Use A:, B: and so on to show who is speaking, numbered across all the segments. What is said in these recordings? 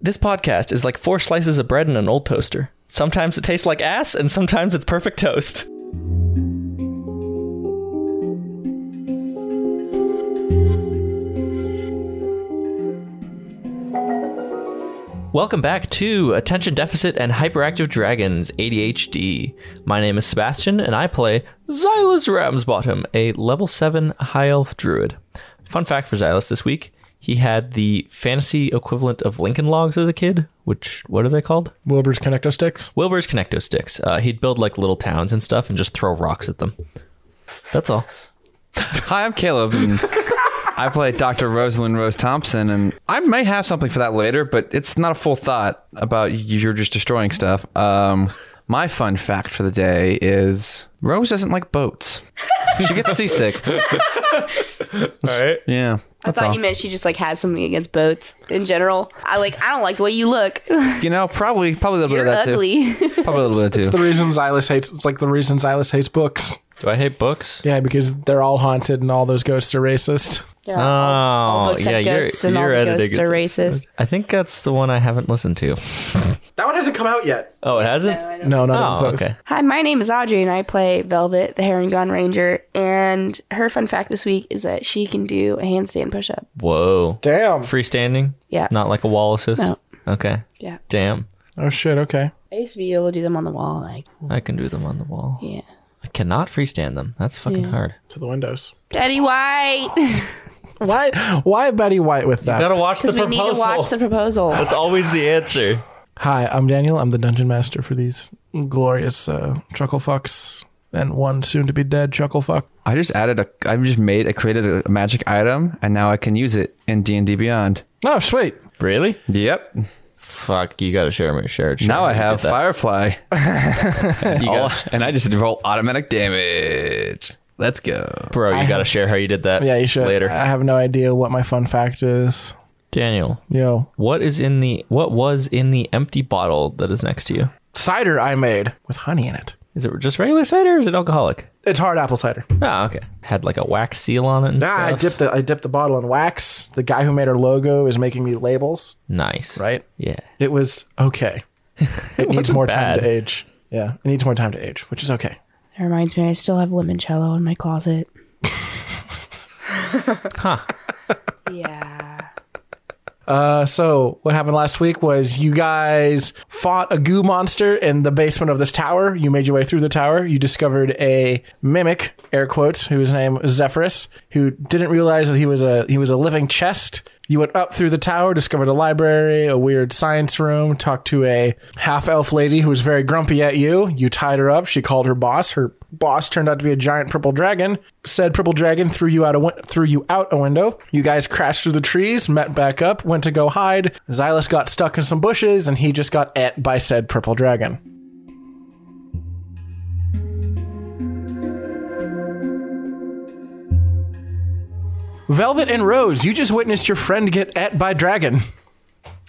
A: This podcast is like four slices of bread in an old toaster. Sometimes it tastes like ass, and sometimes it's perfect toast. Welcome back to Attention Deficit and Hyperactive Dragons ADHD. My name is Sebastian, and I play Xylus Ramsbottom, a level 7 High Elf Druid. Fun fact for Xylus this week he had the fantasy equivalent of Lincoln Logs as a kid, which, what are they called?
B: Wilbur's connecto sticks.
A: Wilbur's Connecto Sticks. Uh, he'd build like little towns and stuff and just throw rocks at them. That's all.
C: Hi, I'm Caleb. And I play Dr. Rosalind Rose Thompson, and I may have something for that later, but it's not a full thought about you're just destroying stuff. Um, my fun fact for the day is Rose doesn't like boats. She gets seasick.
A: All right.
C: Yeah,
D: I
C: that's
D: thought
C: all.
D: you meant she just like has something against boats in general. I like I don't like the way you look.
C: You know, probably probably a little
D: You're
C: bit of that
D: ugly.
C: too. Probably a little bit of that
B: The
C: too.
B: reason Xylus hates it's like the reason Xylus hates books.
A: Do I hate books?
B: Yeah, because they're all haunted and all those ghosts are racist.
D: Yeah,
A: Oh,
D: books have ghosts and all the ghosts are racist.
A: I think that's the one I haven't listened to.
B: That one hasn't come out yet.
A: Oh, it hasn't?
B: No, not
A: Oh,
B: even close.
A: okay.
D: Hi, my name is Audrey, and I play Velvet, the Herringon Ranger. And her fun fact this week is that she can do a handstand push-up.
A: Whoa.
B: Damn.
A: Freestanding?
D: Yeah.
A: Not like a wall assist?
D: No.
A: Okay.
D: Yeah.
A: Damn.
B: Oh shit. Okay.
D: I used to be able to do them on the wall. Like,
A: I can do them on the wall.
D: yeah.
A: I cannot freestand them. That's fucking hard.
B: To the windows.
D: Betty White.
B: Why? Why Betty White with that?
A: Gotta watch the
D: Because we
A: proposal.
D: need to watch the proposal.
A: that's always the answer.
B: Hi, I'm Daniel. I'm the dungeon master for these glorious uh, chuckle fucks and one soon to be dead chuckle fuck.
C: I just added a. I just made. I created a magic item, and now I can use it in D and D Beyond.
B: Oh, sweet.
A: Really?
C: Yep.
A: Fuck, you gotta share me. Share it. share
C: Now
A: it.
C: I have
A: Get that. Oh
C: Firefly,
A: You
C: All-
A: gotta-
C: and I just roll automatic damage. Let's go.
A: bro, you gotta share how you did that
B: Yeah, you should.
A: later.
B: I have no idea what my fun fact is.
A: Daniel,
B: Yo,
A: what is in the what was in the empty bottle that is next to you?
B: cider I made with honey in it.
A: Is it just regular cider or is it alcoholic?
B: It's hard apple cider.
A: Oh, okay. Had like a wax seal on it and
B: Nah, I
A: stuff.
B: dipped the I dipped the bottle in wax. The guy who made our logo is making me labels.
A: Nice.
B: Right.
A: Yeah.
B: It was okay. It needs
A: wasn't
B: more
A: bad.
B: time to age. Yeah, it needs more time to age, which is okay.
D: It reminds me, I still have limoncello in my closet.
A: Huh.
D: Yeah.
B: Uh, so what happened last week was you guys fought a goo monster in the basement of this tower. You made your way through the tower. You discovered a mimic, air quotes, whose name was Zephyrus, who didn't realize that he was a he was a living chest. You went up through the tower, discovered a library, a weird science room, talked to a half elf lady who was very grumpy at you. You tied her up. She called her boss. Her boss turned out to be a giant purple dragon. Said purple dragon threw you out a win- threw you out a window. You guys crashed through the trees, met back up, went to go hide. Xylus got stuck in some bushes, and he just got et by said purple dragon. Velvet and Rose, you just witnessed your friend get et by dragon.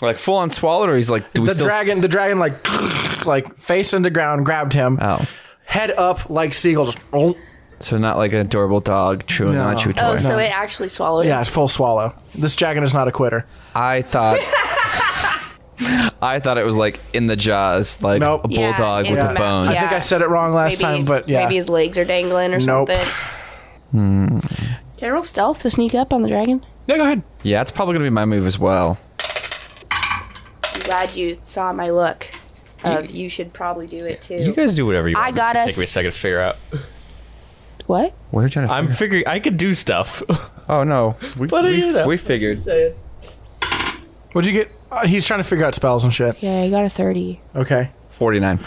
C: Like full on swallowed, or he's like, do we
B: The
C: still?
B: dragon, the dragon, like like face into ground, grabbed him,
C: oh,
B: head up like seagull, just oh.
C: so not like an adorable dog chewing on a
B: No.
C: chew toy.
D: Oh, so it actually swallowed
B: yeah, full swallow. This dragon is not a quitter.
C: I thought, I thought it was like in the jaws, like
B: Nope.
C: a
D: Yeah,
C: bulldog
D: in
C: with
D: the
C: a
D: mouth.
C: bone.
B: I think I said it wrong last
D: maybe,
B: time, but yeah.
D: maybe his legs are dangling or
B: Nope. Hmm.
D: something. Can I roll stealth to sneak up on the dragon?
B: yeah, go ahead.
C: Yeah, it's probably gonna be my move as well.
D: I'm glad you saw my look. Of you, should probably do it too.
A: You guys do whatever you
D: I
A: want. It's gonna
D: gotta-
A: take me a second to figure out.
D: what?
C: What are you trying to?
A: I'm
C: figure?
A: figuring I could do stuff.
C: Oh no, we
A: What are you
C: we,
A: there?
C: we figured.
B: What'd you get? Uh, he's trying to figure out spells and shit.
D: Yeah, I got a thirty.
B: Okay.
C: Forty nine.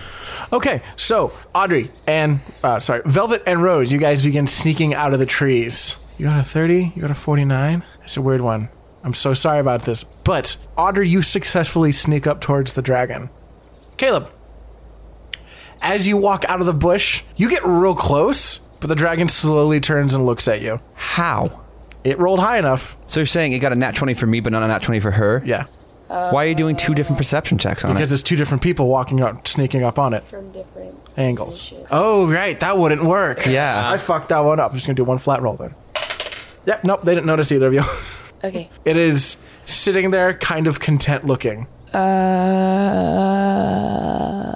B: Okay, so Audrey and uh, sorry, Velvet and Rose, you guys begin sneaking out of the trees. You got a thirty. You got a forty-nine. It's a weird one. I'm so sorry about this, but Audrey, you successfully sneak up towards the dragon. Caleb, as you walk out of the bush, you get real close, but the dragon slowly turns and looks at you.
C: How?
B: It rolled high enough.
C: So you're saying it got a nat twenty for me, but not a nat twenty for her?
B: Yeah,
C: Why are you doing two different perception checks on
B: because
C: it?
B: it's two different people walking up, sneaking up on it.
D: From different
B: Angles. Oh, right, that wouldn't work.
C: Yeah.
B: I fucked that one up. I'm just gonna do one flat roll then. Yep, nope, they didn't notice either of you.
D: Okay.
B: It is sitting there, kind of content looking.
D: Uh,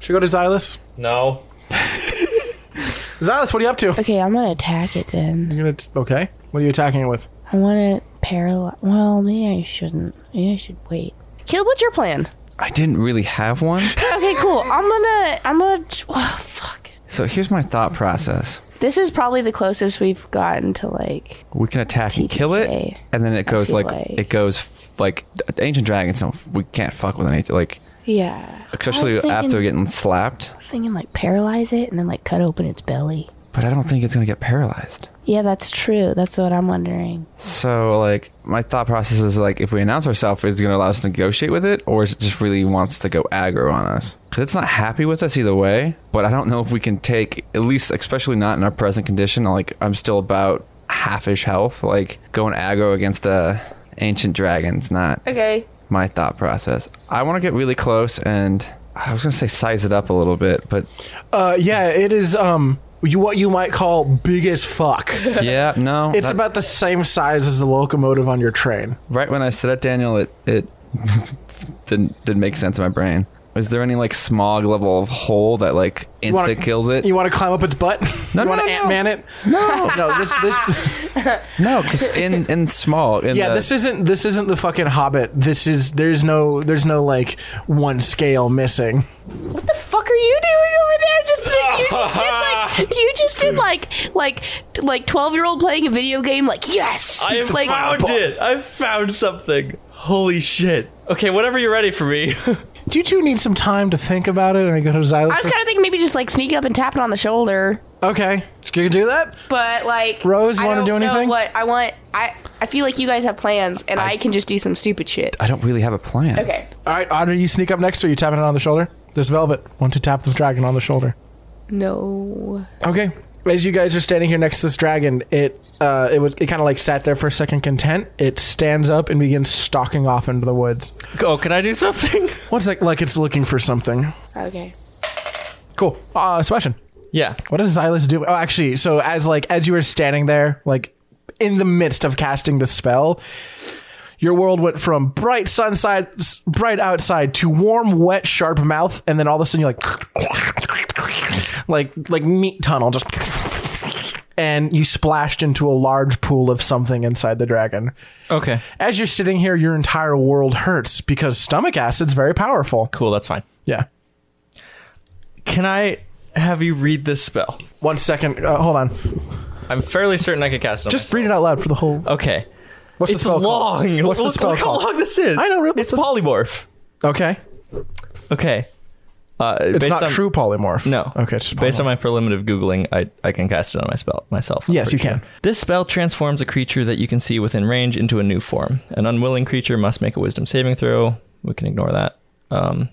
B: Should we go to Xylus?
A: No.
B: Xylus, what are you up to?
D: okay, I'm gonna attack it then.
B: You're gonna t- okay. What are you attacking it with?
D: I want to paralyze. Well, maybe I shouldn't. Maybe I should wait. Caleb, what's your plan?
C: I didn't really have one.
D: Okay, cool. I'm gonna. I'm gonna. Oh, fuck.
C: So here's my thought process.
D: This is probably the closest we've gotten to like.
C: We can attack and kill it,
D: TPK,
C: and then it goes
D: feel
C: like,
D: like.
C: it goes like ancient dragons. Don't, we can't fuck with an ancient like,
D: Yeah. I
C: especially
D: was thinking-
C: after getting slapped.
D: I was thinking like paralyze it and then like cut open its belly.
C: But I don't think it's gonna get paralyzed.
D: Yeah, that's true. That's what I'm wondering.
C: So, like, my thought process is like, if we announce ourselves, is it going to allow us to negotiate with it, or is it just really wants to go aggro on us? Because it's not happy with us either way. But I don't know if we can take at least, especially not in our present condition. Like, I'm still about halfish health. Like, going aggro against a ancient dragon's not
D: Okay.
C: my thought process. I want to get really close and. I was gonna say size it up a little bit, but
B: Uh, yeah, it is um you what you might call big as fuck.
C: yeah, no.
B: It's
C: that-
B: about the same size as the locomotive on your train.
C: right when I said it, Daniel, it it didn't didn't make sense in my brain. Is there any like smog level of hole that like
B: You wanna-
C: insta kills it?
B: You want to climb up its butt?
C: No,
B: you
C: no,
B: want to
C: no.
B: Ant Man it? No, no. This, this,
C: no, because in in smog, in
B: yeah,
C: the-
B: this isn't this isn't the fucking Hobbit. This is there's no there's no like one scale missing.
D: What the fuck are you doing over there? Just you just did like you just did like like like twelve year old playing a video game. Like yes,
A: I
D: like
A: found it. I found something. Holy shit. Okay, whenever you're ready for me.
B: Do you two need some time to think about it? And I go to Xylus.
D: I was kind of thinking maybe just like sneak up and tap it on the shoulder,
B: okay, you can do that.
D: but like
B: Rose, you
D: I
B: wanna
D: don't
B: do
D: know
B: anything?
D: What I want, I I feel like you guys have plans, and I,
C: I-
D: can just do some stupid shit.
C: I don't really have a plan.
D: Okay,
B: All right, Otter, you sneak up next to her. You tapping it on the shoulder. This velvet want to tap the dragon on the shoulder.
D: no,
B: Okay. As you guys are standing here next to this dragon, it uh, it was it kind of like sat there for a second, content. It stands up and begins stalking off into the woods.
A: oh, can I do something?
B: What's like like it's looking for something.
D: okay,
B: Cool. Uh, Sebastian,
A: Yeah.
B: what does Xylus do? Oh, actually, so as like as you were standing there, like in the midst of casting the spell, your world went from bright sunside, s- bright outside to warm, wet, sharp mouth, and then all of a sudden you're like, like like meat tunnel, just, and you splashed into a large pool of something inside the dragon.
A: Okay.
B: As you're sitting here, your entire world hurts because stomach acid's very powerful.
A: Cool, that's fine.
B: Yeah.
A: Can I have you read this spell?
B: One second. Uh, hold on.
A: I'm fairly certain I could cast it. on
B: Just read it out loud for the whole.
A: myself. Okay.
B: What's
A: it's
B: the spell called?
A: long.
B: What's
A: look,
B: the spell
A: look
B: called?
A: how long this is.
B: I know, right? What's
A: It's
B: the-
A: polymorph.
B: Okay.
A: Okay. Uh,
B: It's not true polymorph.
A: No.
B: Okay. It's just
A: Based on
B: polymorph.
A: my preliminary googling, I, I can cast it on my spell myself. I'm
B: Yes, you
A: pretty
B: can.
A: This spell transforms a creature that you can see within range into a new form. An unwilling creature must make a Wisdom saving throw. We can ignore that. Um,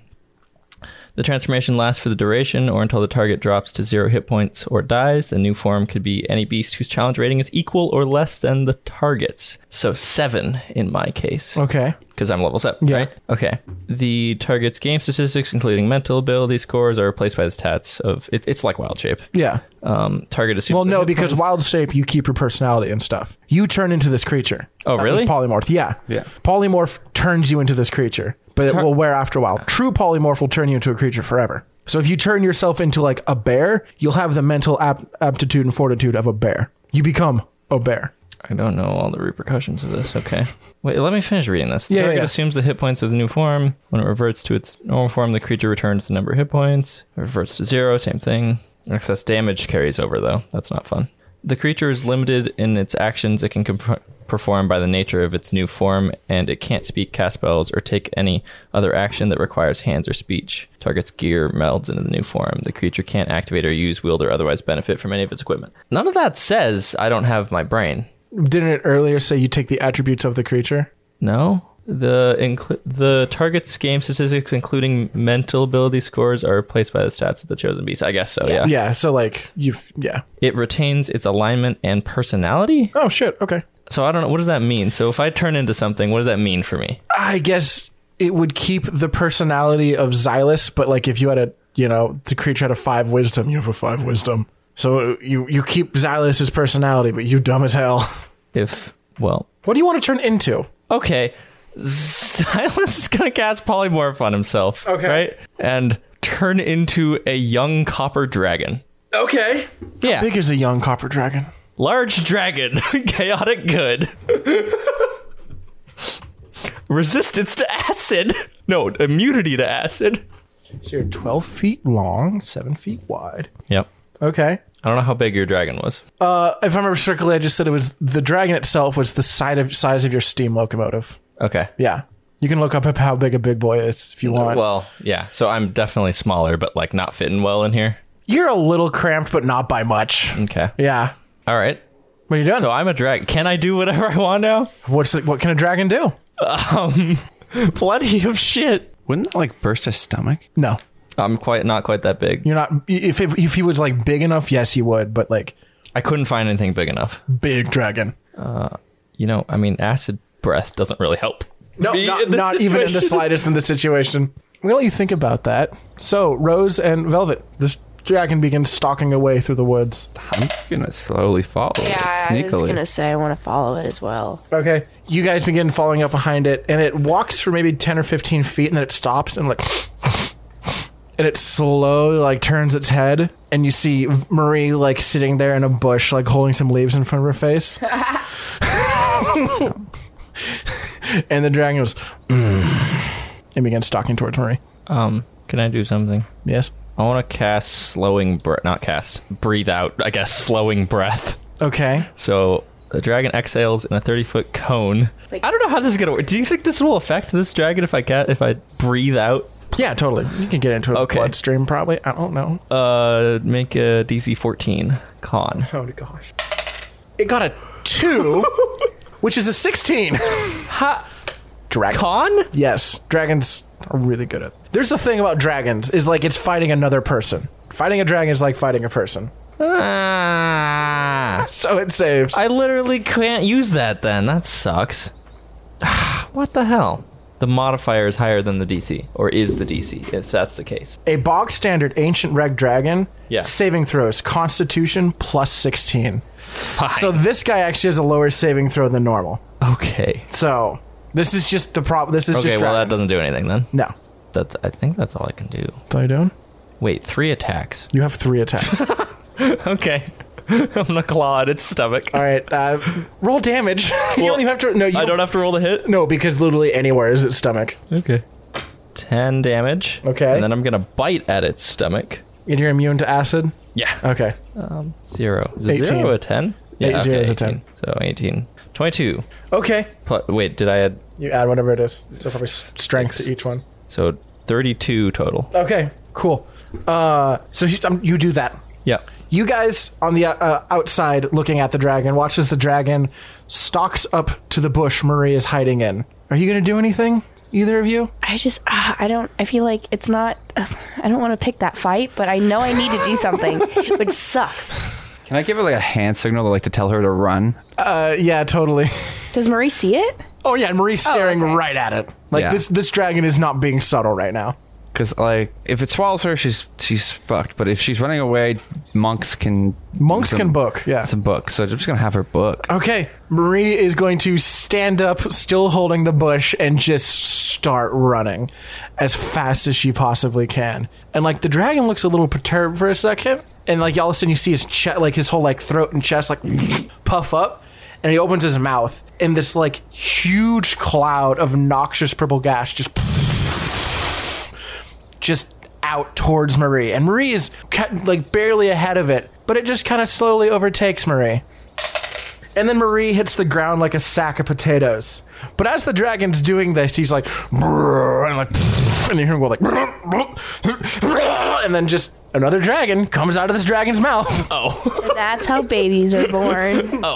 A: the transformation lasts for the duration or until the target drops to zero hit points or dies. The new form could be any beast whose challenge rating is equal or less than the target's. So seven in my case
B: Okay.
A: because I'm level seven,
B: Oh. Yeah.
A: right? Okay. The target's game statistics, including mental ability scores, are replaced by the stats of it, it's like wild shape.
B: Yeah.
A: Um, target assumes.
B: Well,
A: the
B: no,
A: hit
B: because
A: points-
B: wild shape, you keep your personality and stuff. You turn into this creature.
A: Oh,
B: That
A: really?
B: was Polymorph. Yeah.
C: Yeah.
B: Polymorph turns you into this creature, but it
A: Tur-
B: will wear after a while. True polymorph will turn you into a creature forever. So if you turn yourself into like a bear, you'll have the mental ap- aptitude and fortitude of a bear. You become a bear.
A: I don't know all the repercussions of this. Okay. Wait, let me finish reading this. The
B: Yeah, yeah,
A: target
B: yeah.
A: assumes the hit points of the new form. When it reverts to its normal form, the creature returns the number of hit points. It reverts to zero, same thing. Excess damage carries over, though. That's not fun. The creature is limited in its actions it can comp- perform by the nature of its new form, and it can't speak, cast spells, or take any other action that requires hands or speech. Target's gear melds into the new form. The creature can't activate or use, wield, or otherwise benefit from any of its equipment. None of that says I don't have my brain.
B: Didn't it earlier say you take the attributes of the creature?
A: No. The incl- the target's game statistics, including mental ability scores, are replaced by the stats of the chosen beast. I guess so. Yeah.
B: Yeah. So like you've yeah.
A: It retains its alignment and personality.
B: Oh shit. Okay.
A: So I don't know what does that mean. So if I turn into something, what does that mean for me?
B: I guess it would keep the personality of Xylus, but like if you had a, you know, the creature had a five wisdom, you have a five wisdom. So you you keep Xylus's personality, but you dumb as hell.
A: If well,
B: What do you want to turn into?
A: okay, Silas is gonna cast polymorph on himself.
B: Okay.
A: Right? And turn into a young copper dragon.
B: Okay.
A: Yeah.
B: Big as a young copper dragon.
A: Large dragon. Chaotic good. Resistance to acid. No, immunity to acid.
B: So you're 12 feet long, 7 feet wide.
A: Yep.
B: Okay.
A: I don't know how big your dragon was.
B: Uh, if I remember correctly, I just said it was the dragon itself was the side of, size of your steam locomotive.
A: Okay.
B: Yeah. You can look up how big a big boy is if you want.
A: Well, yeah. So I'm definitely smaller, but like not fitting well in here.
B: You're a little cramped, but not by much.
A: Okay.
B: Yeah.
A: All right.
B: What are you doing?
A: So I'm a dragon. Can I do whatever I want now?
B: What's the, what can a dragon do?
A: Plenty of shit.
C: Wouldn't that like burst his stomach?
B: No.
A: I'm quite not quite that big.
B: You're not. If, if if he was like big enough, yes, he would. But like
A: I couldn't find anything big enough.
B: big dragon.
A: You know, I mean, acid breath doesn't really help.
B: No,
A: Me
B: not,
A: in this
B: not even in the
A: situation.
B: slightest in the situation. I'm gonna let you think about that. So Rose and Velvet, this dragon begins stalking away through the woods.
C: I'm gonna slowly follow
D: Yeah,
C: it
D: I was
C: sneakily.
D: gonna say I want to follow it as well.
B: Okay. You guys begin following up behind it, and it walks for maybe ten or fifteen feet, and then it stops and like, and it slowly like turns its head, and you see Marie like sitting there in a bush, like holding some leaves in front of her face. and the dragon goes, mm, and begins stalking towards Marie.
A: Um, can I do something?
B: Yes.
A: I want to cast slowing breath. Not cast. Breathe out. I guess slowing breath.
B: Okay.
A: So the dragon exhales in a 30 foot cone.
D: Like-
A: I don't know how this is gonna work. Do you think this will affect this dragon if I ca- if I breathe out?
B: Yeah, totally. You can get into a
A: Okay.
B: bloodstream, probably. I don't know.
A: Uh, make a DC 14 con.
B: Oh gosh. It got a two, which is a sixteen.
A: Ha-
B: Dragon.
A: con?
B: Yes, dragons are really good at. There's the thing about dragons is like it's fighting another person. Fighting a dragon is like fighting a person.
A: Ah,
B: So it saves.
A: I literally can't use that. Then that sucks. what the hell? The modifier is higher than the DC, or is the DC? If that's the case.
B: a bog standard ancient reg dragon.
A: Yeah.
B: Saving throws, Constitution plus sixteen.
A: Fine.
B: So this guy actually has a lower saving throw than normal.
A: okay.
B: So this is just the problem. This is
A: Okay.
B: just
A: Well, that
B: dragons.
A: doesn't do anything then.
B: No.
A: That's. I think that's all I can do.
B: That's all you doing?
A: Wait, three attacks.
B: You have three attacks.
A: Okay. I'm gonna claw at its stomach.
B: all right. Uh, roll damage. you don't even have to. No, you
A: I don't have to roll the hit.
B: No, because literally anywhere is its stomach.
A: Okay. Ten damage.
B: Okay.
A: And then I'm gonna bite at its stomach.
B: And you're immune to acid.
A: Yeah.
B: Okay.
A: Zero. Is it
B: 18.
A: Zero a ten?
B: Eight zeros a 10.
A: 18. So 18. 22.
B: Okay.
A: Plus, wait, did I add?
B: You add whatever it is. So probably s- strength to each one.
A: So 32 total.
B: Okay, cool. Uh, so you, um, you do that.
A: Yeah.
B: You guys on the uh, outside looking at the dragon watches the dragon stalks up to the bush Marie is hiding in. Are you gonna do anything? Either of you?
D: I just ah, I don't. I feel like it's not. I don't want to pick that fight, but I know I need to do something, which sucks.
C: Can I give her like a hand signal, like to tell her to run?
B: Uh, yeah, totally.
D: Does Marie see it?
B: Oh yeah, and Marie's staring
D: okay.
B: right at it. Like
C: Yeah.
B: this, this dragon is not being subtle right now.
C: Because like, if it swallows her, she's she's fucked. But if she's running away, monks can
B: Monks
C: some-
B: can book. Yeah.
C: some book. So I'm just gonna have her book.
B: Okay, Marie is going to stand up, still holding the bush, and just start running as fast as she possibly can. And like the dragon looks a little perturbed for a second, and like all of a sudden you see his chest, like his whole like throat and chest, like puff up, and he opens his mouth, and this like huge cloud of noxious purple gas just just out towards Marie, and Marie is ca- like barely ahead of it, but it just kind of slowly overtakes Marie. And then Marie hits the ground like a sack of potatoes. But as the dragon's doing this, he's like, "Brrr," and like, and you hear him go like, "Brrr, brrr, brrr," and then just another dragon comes out of this dragon's mouth.
A: Oh.
D: That's how babies are born.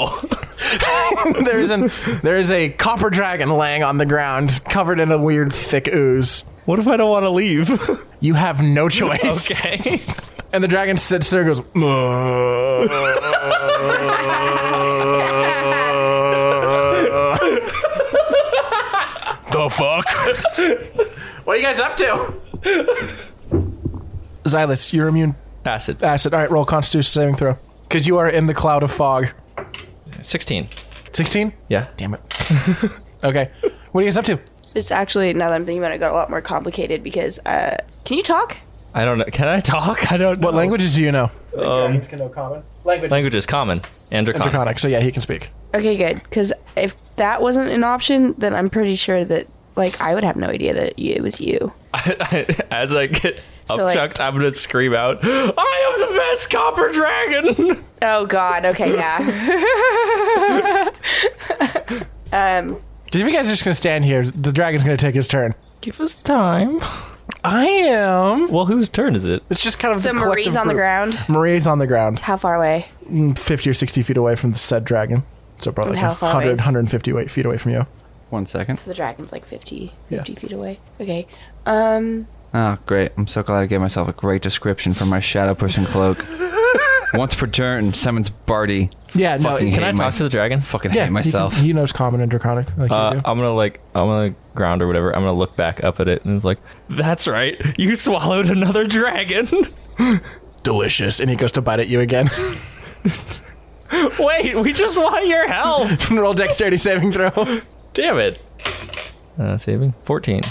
A: Oh.
B: there is an there is a copper dragon laying on the ground, covered in a weird thick ooze.
A: What if I don't want to leave?
B: You have no choice.
A: okay.
B: And the dragon sits there and goes, "Mmm." "Mrrr."
A: the fuck?
B: What are you guys up to? Xylus, you're immune
A: Acid.
B: acid. All right, roll Constitution saving throw. Because you are in the cloud of fog.
A: 16.
B: 16?
A: Yeah.
B: Damn it. okay. What are you guys up to?
D: It's actually now that I'm thinking about it, it got a lot more complicated because uh, can you talk?
A: I don't know. Can I talk? I don't.
B: What
A: know.
B: languages do you know? Um, can know common language.
A: Language is common. And draconic.
B: Draconic. So yeah, he can speak.
D: Okay, good. Because if that wasn't an option, then I'm pretty sure that like I would have no idea that you, it was you.
A: As I get
D: So, like-
A: upchucked, I'm gonna scream out, "I am the best copper dragon!"
D: Oh God. Okay. Yeah.
B: If you guys are just gonna stand here, the dragon's gonna take his turn.
A: Give us time.
B: I am.
A: Well, whose turn is it?
B: It's just kind of.
D: so
B: the collective
D: Marie's on the
B: group.
D: ground.
B: Marie's on the ground, mm,
D: How far away?
B: fifty or sixty feet away from the said dragon. So probably
D: And how
B: like
D: far
B: 100,
D: is-
B: 150 wa- feet away from you.
C: One second.
D: So the dragon's like 50,
B: Yeah.
D: 50 feet away. Okay. Um.
C: Oh, great. I'm so glad I gave myself a great description for my shadow pushing cloak. Once per turn, summons Barty.
B: Yeah. No.
C: Fucking
A: Can I
C: hate
A: talk
C: my-
A: to the dragon?
C: Fucking
B: yeah,
C: hate myself.
B: He, can- he knows common and draconic. Like you
A: Uh,
B: do.
A: I'm gonna like I'm gonna ground or whatever. I'm gonna look back up at it and it's like, "That's right, you swallowed another dragon."
B: Delicious. And he goes to bite at you again.
A: Wait, we just want your help.
B: Roll dexterity saving throw.
A: Damn it. Uh, saving fourteen.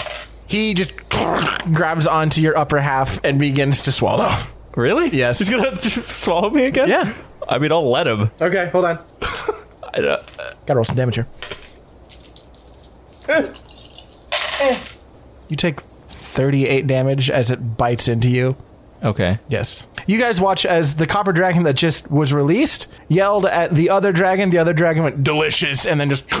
B: He just grabs onto your upper half and begins to swallow.
A: Really?
B: Yes.
A: He's gonna swallow me again.
B: Yeah.
A: I mean, I'll let him.
B: Okay. Hold on.
A: I uh, don't-
B: Gotta roll some damage here. Eh. You take 38 damage as it bites into you.
A: okay.
B: Yes. You guys watch as the copper dragon that just was released yelled at the other dragon. The other dragon went, delicious, and then just.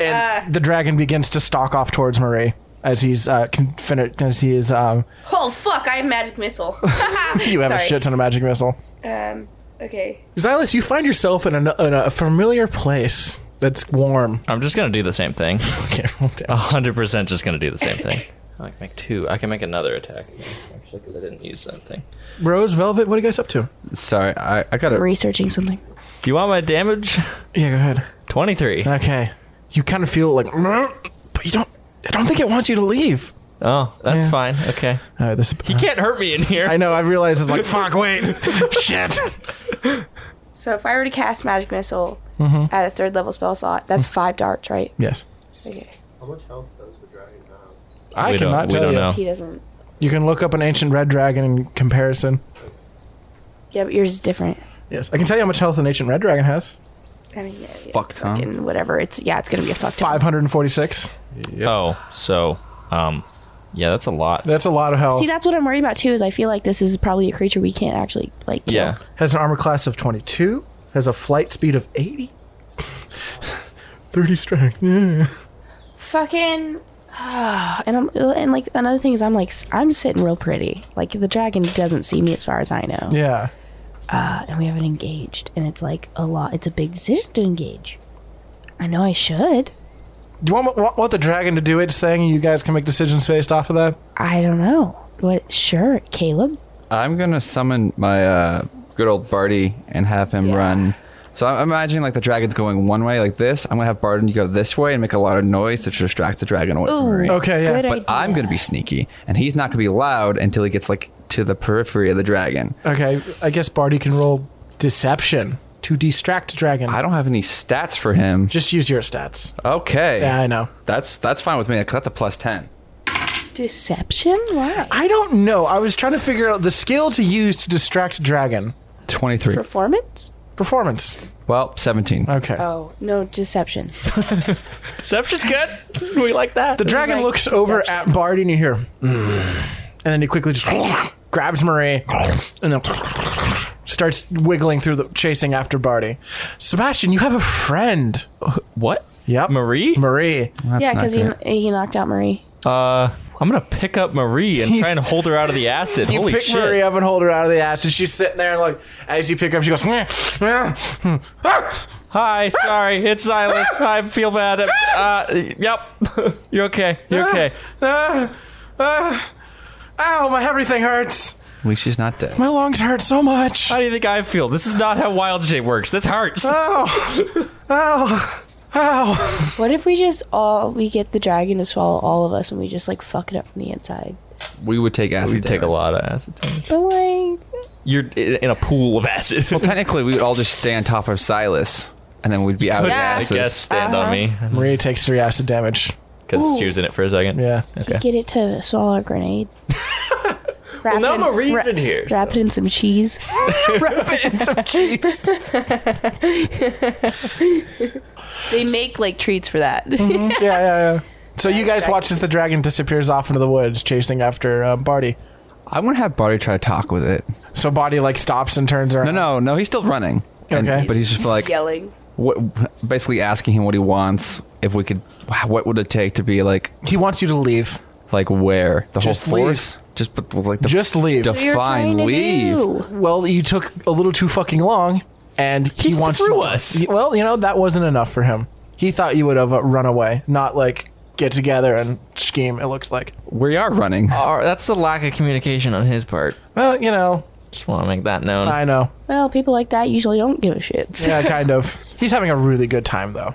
B: and the dragon begins to stalk off towards Marie as he's, uh, con- fin- as he is, um,
D: Oh fuck! I have magic missile.
B: you have
D: Sorry.
B: a shit ton of magic missile.
D: Um. Okay.
B: Xylus, you find yourself in, an, in a familiar place that's warm.
A: I'm just gonna do the same thing.
B: Okay,
A: hundred percent just gonna do the same thing. I can make two. I can make another attack actually because I didn't use that thing.
B: Rose, Velvet, what are you guys up to?
C: Sorry, I, I got to
D: Researching something.
A: Do you want my damage?
B: Yeah, go ahead.
A: Twenty three.
B: Okay. You kind of feel like, but you don't. I don't think it wants you to leave.
A: Oh, that's
B: Yeah.
A: fine. Okay.
B: Uh, this.
A: He can't hurt me in here.
B: I know. I realize it's like fuck. Wait. Shit.
D: So if I were to cast magic missile
B: Mm-hmm.
D: at a third level spell slot, that's five darts, right?
B: Yes.
D: Okay.
B: I
A: We don't-
B: cannot
A: we
B: tell
A: don't
B: you.
A: know.
D: He doesn't.
B: You can look up an ancient red dragon in comparison.
D: Yeah, but yours is different.
B: Yes, I can tell you how much health an ancient red dragon has.
D: I mean, yeah, yeah,
C: Fuck, Tom.
D: fucking whatever. It's yeah, it's gonna be a fuck ton.
B: Five hundred and forty-six.
A: Oh, so um, yeah, that's a lot.
B: That's a lot of health.
D: See, that's what I'm worried about too. Is I feel like this is probably a creature we can't actually like. kill.
A: Yeah.
B: Has an armor class of twenty-two. Has a flight speed of eighty. Thirty strength. Yeah.
D: Fucking. ah, and I'm and like another thing is I'm like s- I'm sitting real pretty. Like the dragon doesn't see me as far as I know.
B: Yeah.
D: and we haven't engaged. And it's like a lot. It's a big decision to engage. I know I should.
B: Do you want, want want the dragon to do its thing? and You guys can make decisions based off of that.
D: I don't know. What? Sure, Caleb.
C: I'm going to summon my uh, good old Barty and have him run. So I'm imagining like the dragon's going one way like this. I'm going to have Barty go this way and make a lot of noise to distract the dragon away from
D: Ooh.
C: Marie.
B: Okay. Yeah.
D: Good
C: But
D: idea.
C: I'm going to be sneaky and he's not going to be loud until he gets like to the periphery of the dragon.
B: Okay, I guess Barty can roll deception to distract dragon.
C: I don't have any stats for him.
B: Just use your stats.
C: Okay.
B: Yeah, I know.
C: That's that's fine with me. That's a plus 10.
D: deception. Why?
B: I don't know. I was trying to figure out the skill to use to distract dragon.
C: 23.
D: Performance?
B: Performance.
C: Well, 17.
B: Okay.
D: Oh no, deception.
A: Deception's good. We like that.
B: the dragon
D: like
B: looks over at Barty and you hear, "Mm." and then he quickly just grabs Marie and then starts wiggling through the chasing after Barty. Sebastian, you have a friend.
A: what?
B: Yep.
A: Marie.
B: Marie.
C: That's
D: yeah,
C: not
D: because he
C: great.
D: he knocked out Marie.
A: Uh, I'm gonna pick up Marie and try and hold her out of the acid.
B: You
A: Holy
B: pick
A: shit!
B: Marie up and hold her out of the ass, and she's sitting there, and like as you pick her up, she goes, "Meh, meh, hmm, ah."
A: Hi, sorry, it's Silas. I feel bad. Uh, yep. You're okay. You're okay.
B: Ah, ah, ow, my everything hurts.
C: At least she's not dead.
B: My lungs hurt so much.
A: How do you think I feel? This is not how wild shape works. This hurts.
B: Ow, ow, ow.
D: What if we just all we get the dragon to swallow all of us and we just like fuck it up from the inside?
C: We would take acid.
A: We take a
C: damage.
A: lot of acid. damage.
D: But like,
A: You're i- in a pool of acid.
C: Well, technically, we would all just stay on top of Silas, and then we'd be out of
D: Yeah.
A: I
C: asses.
A: guess stand on me.
B: Marie takes three acid damage.
A: because she was in it for a second.
B: Yeah.
A: Okay.
D: Get it to swallow a grenade. well,
A: now Marie's in here,
D: Wrap it in some cheese. They make like treats for that.
B: yeah, yeah, yeah. So you guys watch as the dragon disappears off into the woods, chasing after uh, Barty.
C: I'm gonna have Barty try to talk with it.
B: So Barty like stops and turns
C: No,
B: around.
C: no, no. He's still running. And-
B: Okay.
C: but he's just like
D: Yelling.
C: what, basically asking him what he wants. If we could, what would it take to be like,
B: He wants you to leave.
C: like where the
B: Just
C: whole
B: leave.
C: force? Just but like the
B: Just leave.
D: What you're
C: define
D: trying to
C: leave.
D: do.
B: Well, you took a little too fucking long, and he, wants
A: threw
B: to,
A: us.
B: He- well, you know that wasn't enough for him. He thought you would have uh, run away, not like get together and scheme. It looks like.
C: We are running.
A: All right, that's the lack of communication on his part.
B: Well, you know,
A: Just want to make that known.
B: I know.
D: Well, people like that usually don't give a shit.
B: Yeah, kind of. He's having a really good time though.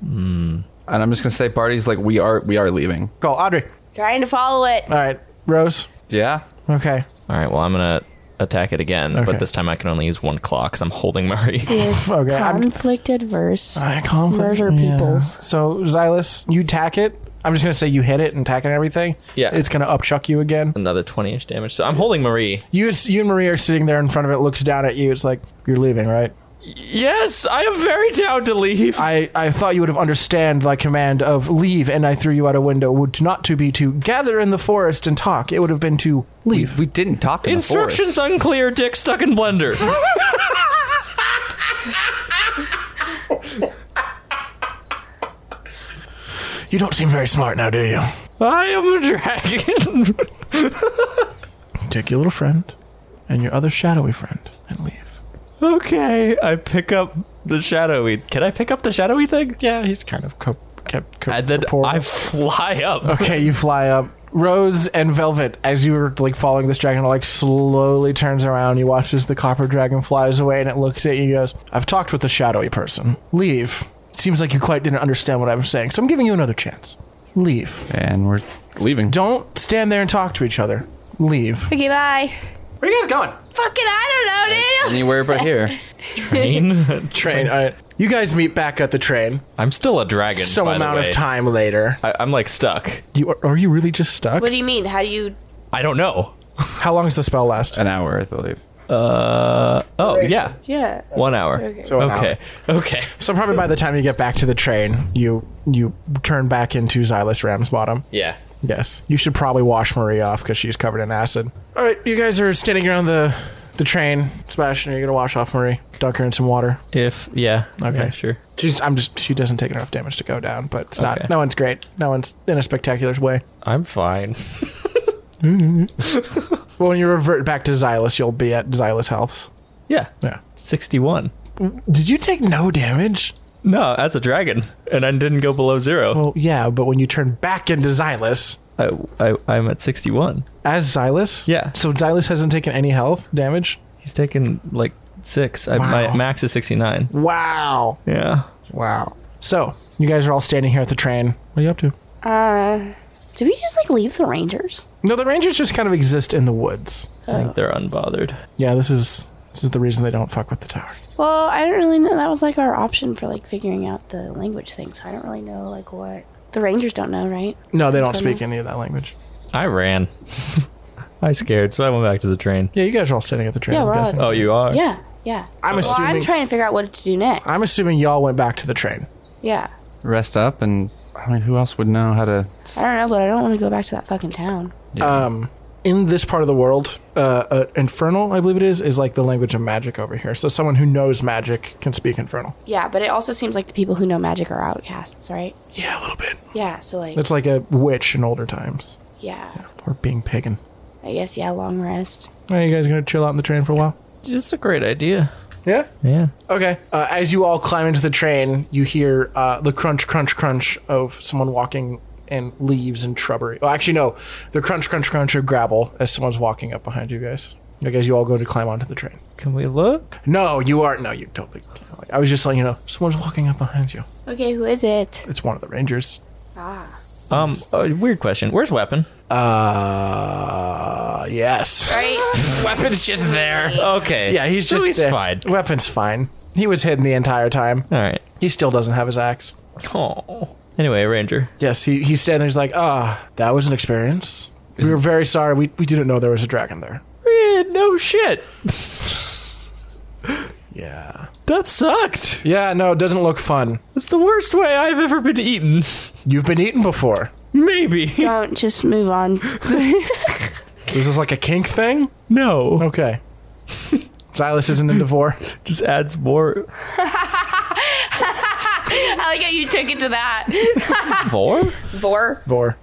C: And I'm just gonna say, Barty's like, we are, we are leaving.
B: Go, Audrey.
D: Trying to follow it.
B: All right, Rose.
C: Yeah.
B: Okay.
A: All right. Well, I'm gonna attack it again,
B: Okay.
A: but this time I can only use one claw because I'm holding Murray.
D: Is
B: Okay, I'm-
D: conflict adverse.
B: I conflict.
D: Murder peoples.
B: So Xylus, you tack it. I'm just gonna say you hit it and tack it and everything.
A: Yeah.
B: It's gonna upchuck you again.
A: Another 20-ish damage. So I'm holding Marie.
B: You, you and Marie are sitting there in front of it. Looks down at you. It's like you're leaving, right?
A: Yes, I am very down to leave.
B: I, I thought you would have understand thy command of leave, and I threw you out a window. Would not to be to gather in the forest and talk. It would have been to leave.
C: We didn't talk. In
A: Instructions unclear. Dick stuck in blender.
B: You don't seem very smart now, do you?
A: I am a dragon.
B: Take your little friend and your other shadowy friend and leave.
A: okay, I pick up the shadowy. Can I pick up the shadowy thing?
B: Yeah, he's kind of co- kept. Co-
A: And then
B: corporeal.
A: I fly up.
B: Okay, you fly up. Rose and Velvet, as you were like following this dragon, like slowly turns around. You watch as the copper dragon flies away, and it looks at you. and Goes, "I've talked with the shadowy person. Leave." Seems like you quite didn't understand what I was saying, so I'm giving you another chance. Leave.
C: And we're leaving.
B: Don't stand there and talk to each other. Leave.
D: Okay, bye.
B: Where you guys going?
D: Fucking, I don't know, dude.
C: anywhere but here.
A: Train.
B: Train. All right. You guys meet back at the train.
A: I'm still a dragon.
B: Some
A: by the
B: amount
A: way.
B: of time later.
A: I, I'm like stuck.
B: You are, are you really just stuck?
D: What do you mean? How do you?
A: I don't know.
B: How long does the spell last?
C: An hour, I believe.
A: Uh oh yeah,
D: Yeah.
A: one hour.
D: Okay.
B: So an hour.
A: Okay, okay.
B: So probably by the time you get back to the train, you you turn back into Xylus Ram's bottom.
A: Yeah.
B: Yes. You should probably wash Marie off because she's covered in acid. All right, you guys are standing around the the train. Sebastian, you're gonna wash off Marie. Dunk her in some water.
A: If yeah.
B: Okay.
A: Yeah, sure.
B: She's I'm just she doesn't take enough damage to go down, but it's
A: Okay.
B: not. No one's great. No one's in a spectacular way.
A: I'm fine.
B: Well, when you revert back to Xylus, you'll be at Xylus Health.
A: Yeah.
B: Yeah.
A: Sixty-one.
B: Did you take no damage?
A: No, as a dragon, and I didn't go below zero.
B: Well, yeah, but when you turn back into Xylus
A: I, I I'm at sixty-one.
B: as Xylus,
A: Yeah.
B: So Xylus hasn't taken any health damage.
A: He's taken like six. I,
B: Wow.
A: my max is sixty-nine.
B: Wow.
A: Yeah.
B: Wow. So you guys are all standing here at the train. What are you up to?
D: Uh, do we just like leave the Rangers?
B: No, the rangers just kind of exist in the woods.
A: I think they're unbothered.
B: Yeah, this is this is the reason they don't fuck with the tower.
D: Well, I don't really know. That was like our option for like figuring out the language thing. So I don't really know like what the Rangers don't know, right?
B: No, they don't speak any of that language.
A: I ran. I scared, so I went back to the train.
B: Yeah, you guys are all standing at the train.
D: Yeah,
B: I'm
D: we're all-
B: guessing.
A: Oh, you are.
D: Yeah, yeah.
B: I'm
D: well, I'm
B: assuming-
D: trying to figure out what to do next.
B: I'm assuming y'all went back to the train.
D: yeah.
C: Rest up, and I mean, who else would know how to?
D: I don't know, but I don't want to go back to that fucking town.
B: Um, in this part of the world, uh, uh, infernal, I believe it is, is like the language of magic over here. So someone who knows magic can speak infernal.
D: Yeah, but it also seems like the people who know magic are outcasts, right?
B: Yeah, a little bit.
D: Yeah, so like,
B: It's like a witch in older times,
D: yeah.
B: or being pagan.
D: I guess, yeah, long rest.
B: Are you guys gonna chill out in the train for a while?
A: It's a great idea.
B: Yeah.
A: Yeah.
B: Okay. Uh, as you all climb into the train, you hear uh, the crunch, crunch, crunch of someone walking in leaves and shrubbery. Well, actually, no, the crunch, crunch, crunch of gravel as someone's walking up behind you guys. Like as you all go to climb onto the train.
A: Can we look?
B: No, you aren't. No, you totally. I was just letting you know someone's walking up behind you.
D: Okay, who is it?
B: It's one of the rangers.
A: Um, uh, weird question. Where's weapon?
B: Uh, yes.
D: Right?
A: Weapon's just there. Okay.
B: Yeah, he's
A: So
B: just
A: he's
B: uh,
A: fine.
B: Weapon's fine. He was hidden the entire time.
A: All right.
B: He still doesn't have his axe.
A: Oh. Anyway, Ranger.
B: Yes, he, he's standing there. He's like, ah, that was an experience. We were very sorry. We, we didn't know there was a dragon there.
A: Yeah, no shit.
B: Yeah.
A: That sucked.
B: Yeah, no, it doesn't look fun.
A: It's the worst way I've ever been eaten.
B: You've been eaten before.
A: Maybe.
D: Don't just move on.
B: Is this like a kink thing?
A: No.
B: Okay. Xylus isn't into vor.
A: Just adds more.
D: I like how you took it to that.
A: More?
D: Vor.
B: Vor.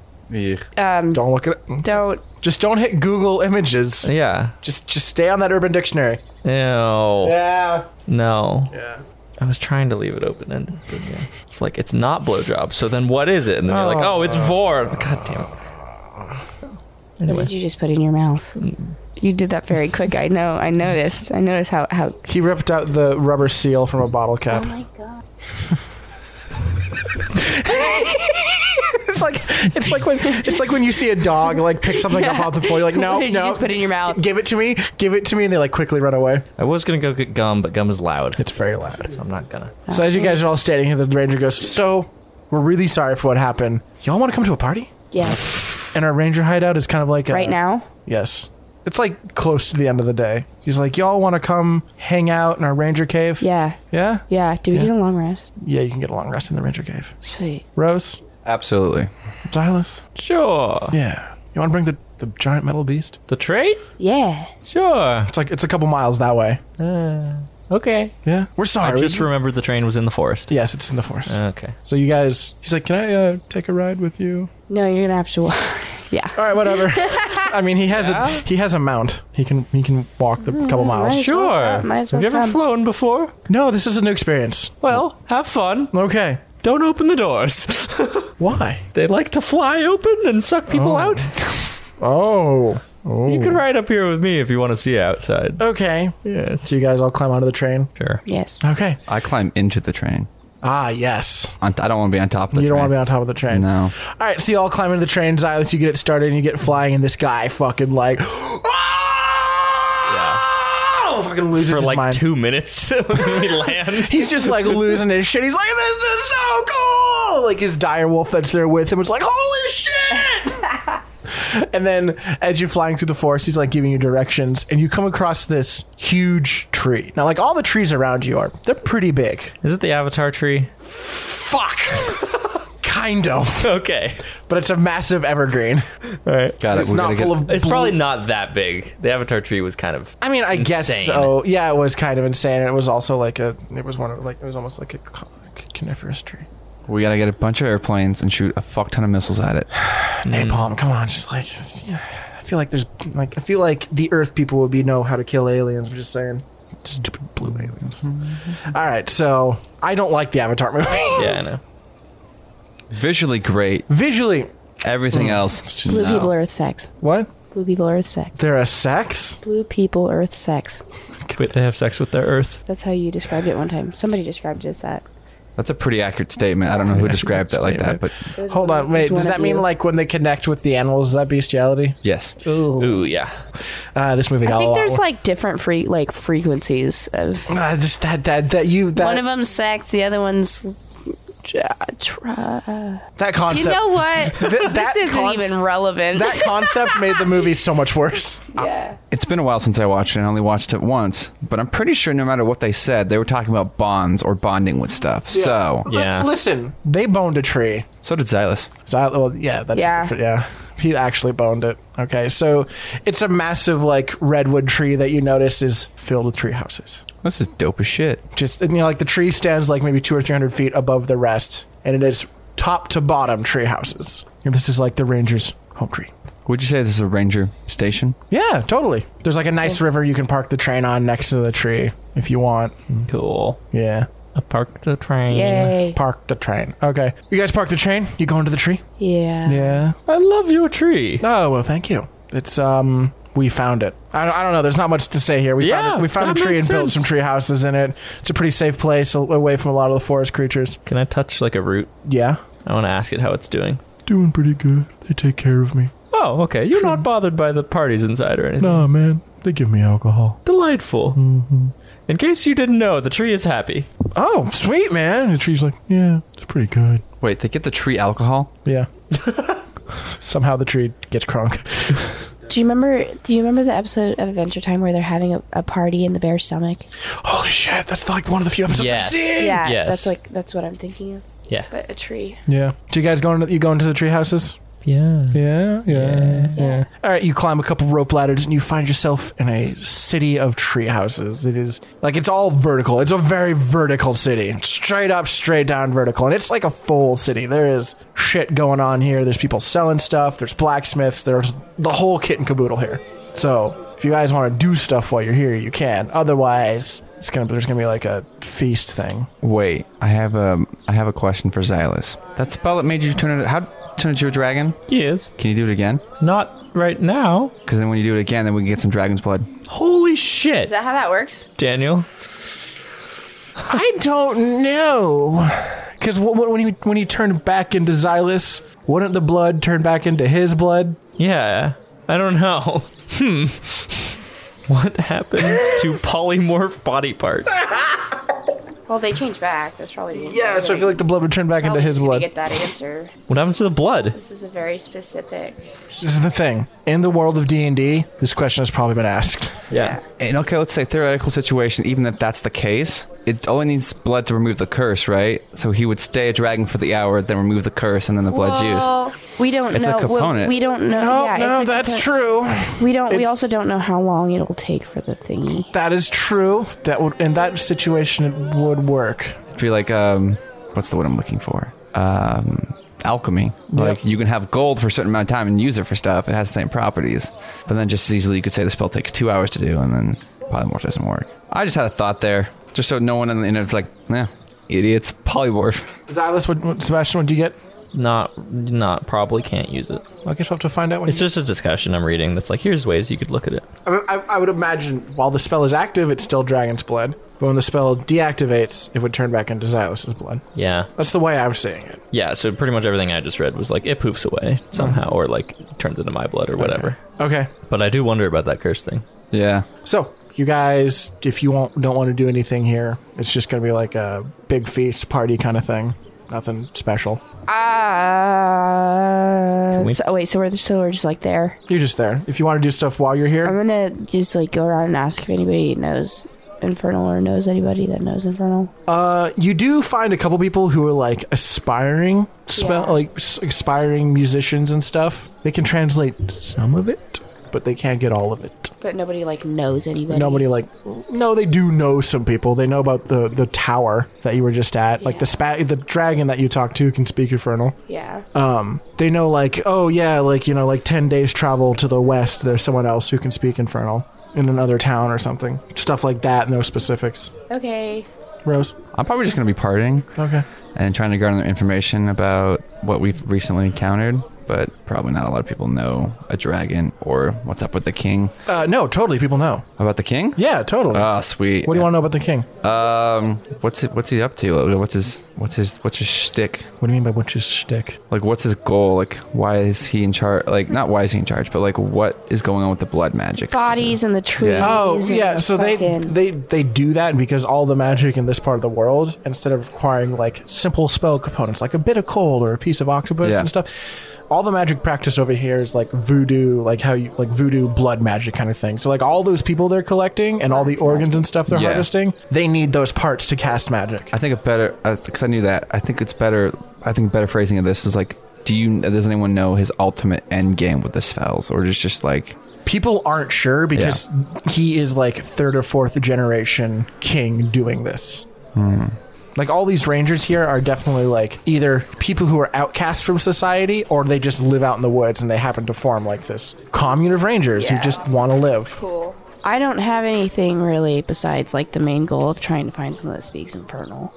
D: Um,
B: Don't look at it.
D: don't.
B: Just don't hit Google images.
A: Yeah.
B: Just just stay on that Urban Dictionary.
A: Ew.
B: Yeah.
A: No.
B: Yeah.
A: I was trying to leave it open ended, but yeah. It's like it's not blowjob, so then what is it? And then you're like, oh, it's vor. God damn it.
D: What did you just put in your mouth? You did that very quick. I know. I noticed. I noticed how how.
B: He ripped out the rubber seal from a bottle cap.
D: Oh my god.
B: It's like it's like when it's like when you see a dog like pick something up off the floor. You're like, no,
D: what did
B: no.
D: you just put in your mouth?
B: Give it to me. Give it to me, and they like quickly run away.
A: I was gonna go get gum, but gum is loud.
B: It's very loud.
A: So I'm not gonna.
B: So as you guys are all standing here, the ranger goes, "So, we're really sorry for what happened. Y'all want to come to a party?"
D: Yes.
B: And our ranger hideout is kind of like a,
D: Right now.
B: Yes, it's like close to the end of the day. He's like, "Y'all want to come hang out in our ranger cave?"
D: Yeah.
B: yeah,
D: Yeah. Do we get a long rest?
B: yeah. You can get a long rest in the ranger cave.
D: Sweet.
B: Rose,
C: Absolutely.
B: Silas,
A: Sure.
B: yeah. You want to bring the the giant metal beast?
A: The trait?
D: Yeah.
A: Sure.
B: It's like it's a couple miles that way.
A: Okay.
B: Yeah, we're sorry.
A: I just
B: We-
A: remembered the train was in the forest.
B: yes, it's in the forest.
A: Okay.
B: so you guys, he's like, "Can I uh, take a ride with you?"
D: No, you're gonna have to. walk. yeah.
B: All right, whatever. I mean, he has a he has a mount. He can he can walk the couple miles.
D: Might as well
A: Sure.
D: come, might as well
A: Have you ever
D: come.
A: flown before?
B: No, this is a new experience.
A: Well, have fun.
B: Okay.
A: Don't open the doors.
B: Why?
A: they like to fly open and suck people out.
B: Oh.
A: You can ride up here with me if you want to see outside.
B: Okay.
A: Yes.
B: So you guys all climb onto the train.
A: Sure.
D: Yes.
B: Okay.
C: I climb into the train.
B: Ah, yes.
C: On- I don't want to be on top of the
B: you don't want
C: train.
B: to be on top of the train.
C: No.
B: All right, so you all climb into the train, Xylus. You get it started, and you get flying, and this guy fucking like, oh, fucking loses
A: For
B: his
A: like
B: mind.
A: two minutes when we land.
B: He's just like losing his shit. He's like, this is so cool. Like his dire wolf that's there with him was like, holy shit. and then as you're flying through the forest, he's like giving you directions, and you come across this huge tree. Now, like all the trees around you are, they're pretty big.
A: Is it the avatar tree?
B: Fuck. kind of.
A: Okay.
B: But it's a massive evergreen.
A: All right.
C: Got it.
B: It's
C: we
B: not
C: gotta
B: full
C: get-
B: of.
A: It's
B: blue-
A: probably not that big. The avatar tree was kind of.
B: I mean, I guess
A: insane.
B: so. Yeah, it was kind of insane. And it was also like a. It was one of like it was almost like a con- coniferous tree.
C: We gotta get a bunch of airplanes and shoot a fuck ton of missiles at it.
B: napalm. Come on, just like just- yeah. I feel like there's like I feel like the Earth people would be know how to kill aliens. I'm just saying, stupid blue aliens. All right, so I don't like the Avatar movie.
A: Yeah, I know.
C: Visually great.
B: Visually,
C: Everything
B: Mm.
C: else. it's just
D: Blue
C: no.
D: people, Earth sex.
B: what?
D: Blue people, Earth sex.
B: They're a sex?
D: Blue people, Earth sex.
A: Wait, they have sex with their Earth.
D: That's how you described it one time. Somebody described it as that.
C: That's a pretty accurate statement. I don't know who described that like that, but
D: It was
B: Hold
D: one-
B: on,
D: it
B: wait.
D: was one
B: Does
D: of
B: that mean
D: you.
B: like when they connect with the animals? Is that bestiality?
C: yes.
A: Ooh, yeah.
B: Uh, this movie got
D: I
B: a lot.
D: think there's
B: wor-
D: like different free like frequencies of
B: Ah, just that that that you that
D: one of them's sex, the other one's. Ja- tra-
B: that
D: You
B: concept.
D: know what?
B: that
D: this isn't
B: con-
D: even relevant.
B: that concept made the movie so much worse.
D: yeah.
C: It's been a while since I watched it. I only watched it once, but I'm pretty sure no matter what they said, they were talking about bonds or bonding with stuff. So,
A: Yeah.
B: Listen, they boned a tree.
C: so did Xylus.
B: So I, well, yeah, that's
D: Yeah.
B: yeah. yeah. He actually boned it. Okay, so it's a massive like redwood tree that you notice is filled with tree houses.
C: This is dope as shit.
B: Just and, you know, like the tree stands like maybe two or three hundred feet above the rest, and it is top to bottom tree houses. And this is like the ranger's home tree.
C: Would you say this is a ranger station?
B: Yeah, totally. There's like a nice river you can park the train on next to the tree if you want.
A: Cool.
B: Yeah,
A: I parked the train.
D: Yay.
B: park the train. Okay, you guys park the train. You go into the tree.
D: Yeah.
B: Yeah.
A: I love your tree.
B: Oh well, thank you. It's um, we found it. I, I don't know. There's not much to say here. We
A: Yeah,
B: found it. we found
A: that
B: a tree and
A: makes
B: built
A: sense.
B: some tree houses in it. It's a pretty safe place a- away from a lot of the forest creatures.
A: Can I touch like a root?
B: Yeah,
A: I want to ask it how it's doing.
B: doing pretty good. They take care of me.
A: Oh, okay. You're not bothered by the parties inside or anything.
B: Nah, man, they give me alcohol.
A: Delightful. In case you didn't know, the tree is happy.
B: Oh, sweet man. The tree's like, yeah, it's pretty good.
C: Wait, they get the tree alcohol?
B: Yeah. Somehow the tree gets crunk.
D: Do you remember? Do you remember the episode of Adventure Time where they're having a, a party in the bear's stomach?
B: Holy shit, that's like one of the few episodes
A: Yes.
B: I've seen.
D: Yeah,
A: Yes.
D: that's like that's what I'm thinking of.
A: Yeah.
D: But a tree.
B: Yeah. Do you guys go into you go into the tree houses?
A: Yeah.
B: Yeah, yeah, yeah, All right, you climb a couple rope ladders and you find yourself in a city of tree houses. It is like it's all vertical. It's a very vertical city. Straight up, straight down vertical. And it's like a full city. There is shit going on here. There's people selling stuff, there's blacksmiths, there's the whole kit and caboodle here. So, if you guys want to do stuff while you're here, you can. Otherwise, it's going to there's going to be like a feast thing.
C: Wait, I have a I have a question for Xylus. That spell that made you turn it how turn into a dragon?
A: He is.
C: Can you do it again?
A: Not right now.
C: Because then when you do it again, then we can get some dragon's blood.
A: Holy shit.
D: Is that how that works?
A: Daniel.
B: I don't know. Because when he when he turned back into Xylus, wouldn't the blood turn back into his blood?
A: Yeah. I don't know. Hmm. What happens to polymorph body parts?
D: Well, they change back. That's probably the answer.
B: Yeah, so I feel like the blood would turn back into his blood.
D: Get that answer.
A: What happens to the blood?
D: This is a very specific.
B: this is the thing. In the world of D and D, this question has probably been asked.
A: Yeah.
C: And okay, let's say theoretical situation, even if that's the case, it only needs blood to remove the curse, right? So he would stay a dragon for the hour, then remove the curse, and then the blood's used.
D: Well, we don't
C: It's a
D: know. well,
C: component.
D: We don't know.
B: No,
D: yeah,
B: Oh, no,
D: it's a
B: that's
D: component.
B: true.
D: We don't. we
B: It's-
D: also don't know how long it'll take for the thingy.
B: That is true. That would in that situation it would work.
C: It'd be like, um, what's the word I'm looking for? Um, alchemy. Like you can have gold for a certain amount of time and use it for stuff. It has the same properties, but then just as easily you could say the spell takes two hours to do, and then polymorph doesn't work. I just had a thought there, just so no one in, in it's like, nah, idiots, polymorph.
B: Xylus, what, what Sebastian, what do you get?
A: Not not probably can't use it.
B: I guess we'll have to find out when.
A: It's just a discussion I'm reading that's like here's ways you could look at it.
B: I, I, I would imagine while the spell is active, it's still dragon's blood. But when the spell deactivates, it would turn back into Xylus's blood.
A: Yeah.
B: That's the way I'm seeing it.
A: Yeah, so pretty much everything I just read was like it poofs away somehow or like turns into my blood or whatever.
B: Okay.
A: But I do wonder about that curse thing.
C: Yeah,
B: So, you guys, if you won't, don't want to do anything here, it's just going to be like a big feast party kind of thing. Nothing special.
D: Uh,
A: we-
D: so, oh, wait. So we're so we're just like there.
B: You're just there. If you want to do stuff while you're
D: I'm
B: here,
D: gonna just like go around and ask if anybody knows Infernal or knows anybody that knows Infernal.
B: uh, you do find a couple people who are like aspiring spell,
D: Yeah.
B: like s- aspiring musicians and stuff. They can translate some of it, but they can't get all of it.
D: But nobody like knows anybody.
B: Nobody like no, they do know some people. They know about the the tower that you were just at, like the spa- the dragon that you talked to can speak infernal.
D: Yeah.
B: um, they know like oh yeah like you know like 10 days travel to the west there's someone else who can speak infernal in another town or something stuff like that no specifics
D: Okay.
B: rose
C: I'm probably just gonna be partying.
B: okay
C: and trying to garner information about what we've recently encountered. But probably not a lot of people know a dragon or what's up with the king.
B: uh, no totally people know
C: About the king?
B: yeah totally
C: Ah, sweet.
B: what do you want to know about the king
C: to? Um, what's it? What's he up to? What's his? What's his? What's his shtick?
B: what do you mean by what's his shtick?
C: Like, what's his goal? Like, why is he in charge? Like, not why is he in charge, but like, what is going on with the blood magic?
D: Bodies and the trees.
C: Yeah.
B: Oh
D: and
B: yeah,
D: the
B: so they
D: fucking-
B: they they do that because all the magic in this part of the world, instead of requiring like simple spell components like a bit of coal or a piece of octopus
C: Yeah.
B: and stuff, all the magic practice over here is like voodoo, like how you like voodoo blood magic kind of thing. So like all those people they're collecting and all the organs and stuff they're
C: Yeah.
B: harvesting, they need those parts to cast magic.
C: I think a better because I knew that. I think it's better. I think better phrasing of this is like, do you? Does anyone know his ultimate end game with the spells, or is just like
B: People aren't sure because he is like third or fourth generation king doing this.
A: Hmm.
B: Like all these rangers here are definitely like either people who are outcast from society or they just live out in the woods and they happen to form like this commune of rangers
D: Yeah.
B: who just want to live.
D: Cool. I don't have anything really besides like the main goal of trying to find someone that speaks Infernal.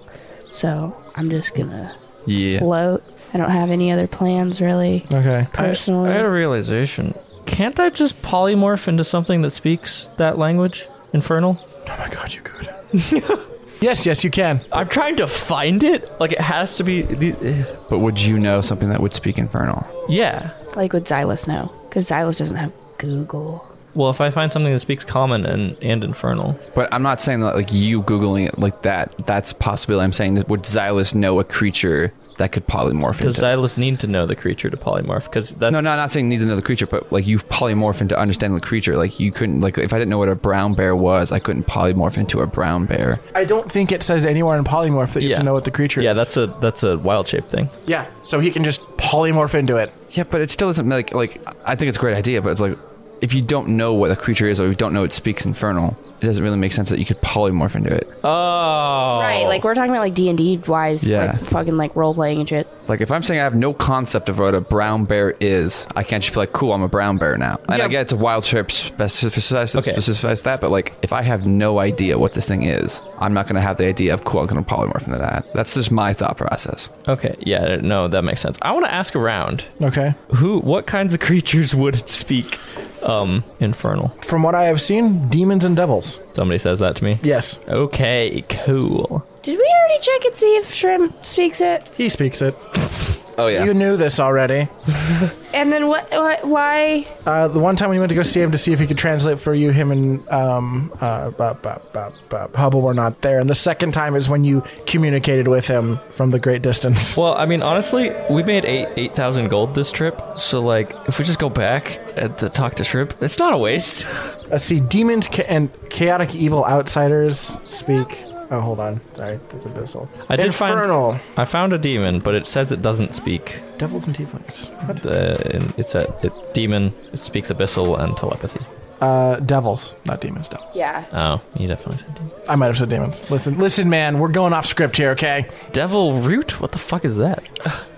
D: So I'm just gonna
C: yeah?
D: float. I don't have any other plans really.
B: Okay.
D: Personally,
A: I had a realization. Can't I just polymorph into something that speaks that language? Infernal?
B: Oh my god, you could. yes, yes, you can.
A: I'm trying to find it. Like it has to be. The, eh.
C: But would you know something that would speak infernal?
A: yeah.
D: like would Xylus know? Because Xylus doesn't have Google.
A: well, if I find something that speaks common and, and infernal,
C: But I'm not saying that like you googling it like that. That's a possibility. I'm saying that would Xylus know a creature that could polymorph
A: does
C: into?
A: Xylus need to know the creature to polymorph? Because that's
C: no, no, I'm not saying needs another creature, but like you polymorph into understanding the creature. Like you couldn't like if I didn't know what a brown bear was, I couldn't polymorph into a brown bear.
B: I don't think it says anywhere in polymorph that you have to know what the creature
A: Yeah,
B: is.
A: that's a that's a wild shape thing.
B: yeah. So he can just polymorph into it.
C: Yeah, but it still isn't like like I think it's a great idea, but it's like if you don't know what a creature is or you don't know it speaks infernal, it doesn't really make sense that you could polymorph into it.
A: Oh,
D: Right, like we're talking about like D and D wise,
C: Yeah.
D: like fucking like role playing and shit.
C: Like if I'm saying I have no concept of what a brown bear is, I can't just be like, "Cool, I'm a brown bear now." And I
B: Yeah.
C: get it's a wild trip specifies
A: Okay.
C: specifies that, but like if I have no idea what this thing is, I'm not gonna have the idea of cool. I'm gonna polymorph into that. That's just my thought process.
A: okay, yeah, no, that makes sense. I want to ask around
B: Okay.
A: who, what kinds of creatures would speak um infernal?
B: From what I have seen, demons and devils.
A: Somebody says that to me.
B: Yes.
A: Okay, cool.
D: Did we already check and see if Shrimp speaks it?
B: He speaks it.
C: Oh yeah,
B: You knew this already.
D: And then what? what why?
B: Uh, the one time when you went to go see him to see if he could translate for you, him and um, uh, bu- bu- bu- bu- Hubble were not there. And the second time is when you communicated with him from the great distance.
A: Well, I mean, honestly, we made eight eight thousand gold this trip, so like, if we just go back at the talk to Shrimp, it's not a waste.
B: Let's see. Demons ca- and chaotic evil outsiders speak. Oh, hold on. Sorry, that's abyssal.
A: I did find-
B: Infernal.
A: I found a demon, but it says it doesn't speak.
B: Devils and tieflings. What?
A: The and it's a it, demon. It speaks abyssal and telepathy.
B: Uh, devils, not demons. Devils.
D: Yeah.
A: Oh, you definitely said demon.
B: I might have said demons. Listen, listen, man. We're going off script here. Okay.
A: Devil root? What the fuck is that?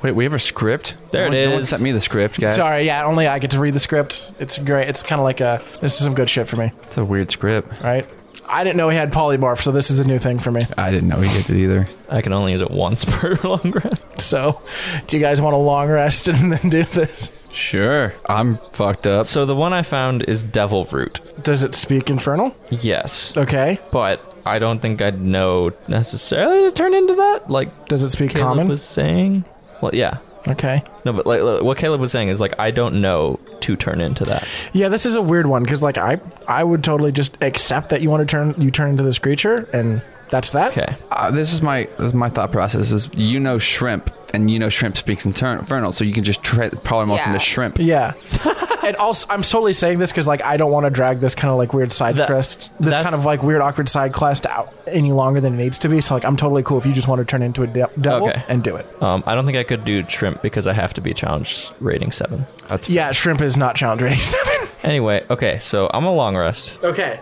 C: wait, we have a script.
A: There
C: no
A: it
C: one- No one
A: is.
C: sent me the script, guys.
B: Sorry. Yeah. Only I get to read the script. It's great. It's kind of like a. This is some good shit for me.
C: it's a weird script.
B: Right. I didn't know he had polymorph, so this is a new thing for me.
C: I didn't know he did it either.
A: I can only use it once per long rest.
B: So, do you guys want a long rest and then do this?
C: Sure, I'm fucked up.
A: So the one I found is devil root.
B: Does it speak infernal?
A: Yes,
B: Okay.
A: but I don't think I'd know necessarily to turn into that. Like
B: Does it speak
A: Caleb
B: common?
A: was saying. Well, yeah.
B: okay.
A: No, but like like, what Caleb was saying is like I don't know to turn into that.
B: Yeah, this is a weird one because like I I would totally just accept that you want to turn you turn into this creature and that's that.
A: Okay.
C: uh, this is my this is my thought process is you know shrimp and you know shrimp speaks inter- infernal so you can just try polymorph
D: Yeah.
C: into shrimp
B: Yeah, and also I'm solely saying this because like I don't want to drag this kind of like weird side
A: That-
B: quest, this
A: that's-
B: kind of like weird awkward side quest out any longer than it needs to be. So like I'm totally cool if you just want to turn into a de- devil
A: Okay.
B: and do it.
A: Um, I don't think I could do shrimp because I have to be challenge rating seven.
C: that's
B: Yeah, shrimp is not challenge rating seven.
A: Anyway, okay, so I'm a long rest.
B: okay,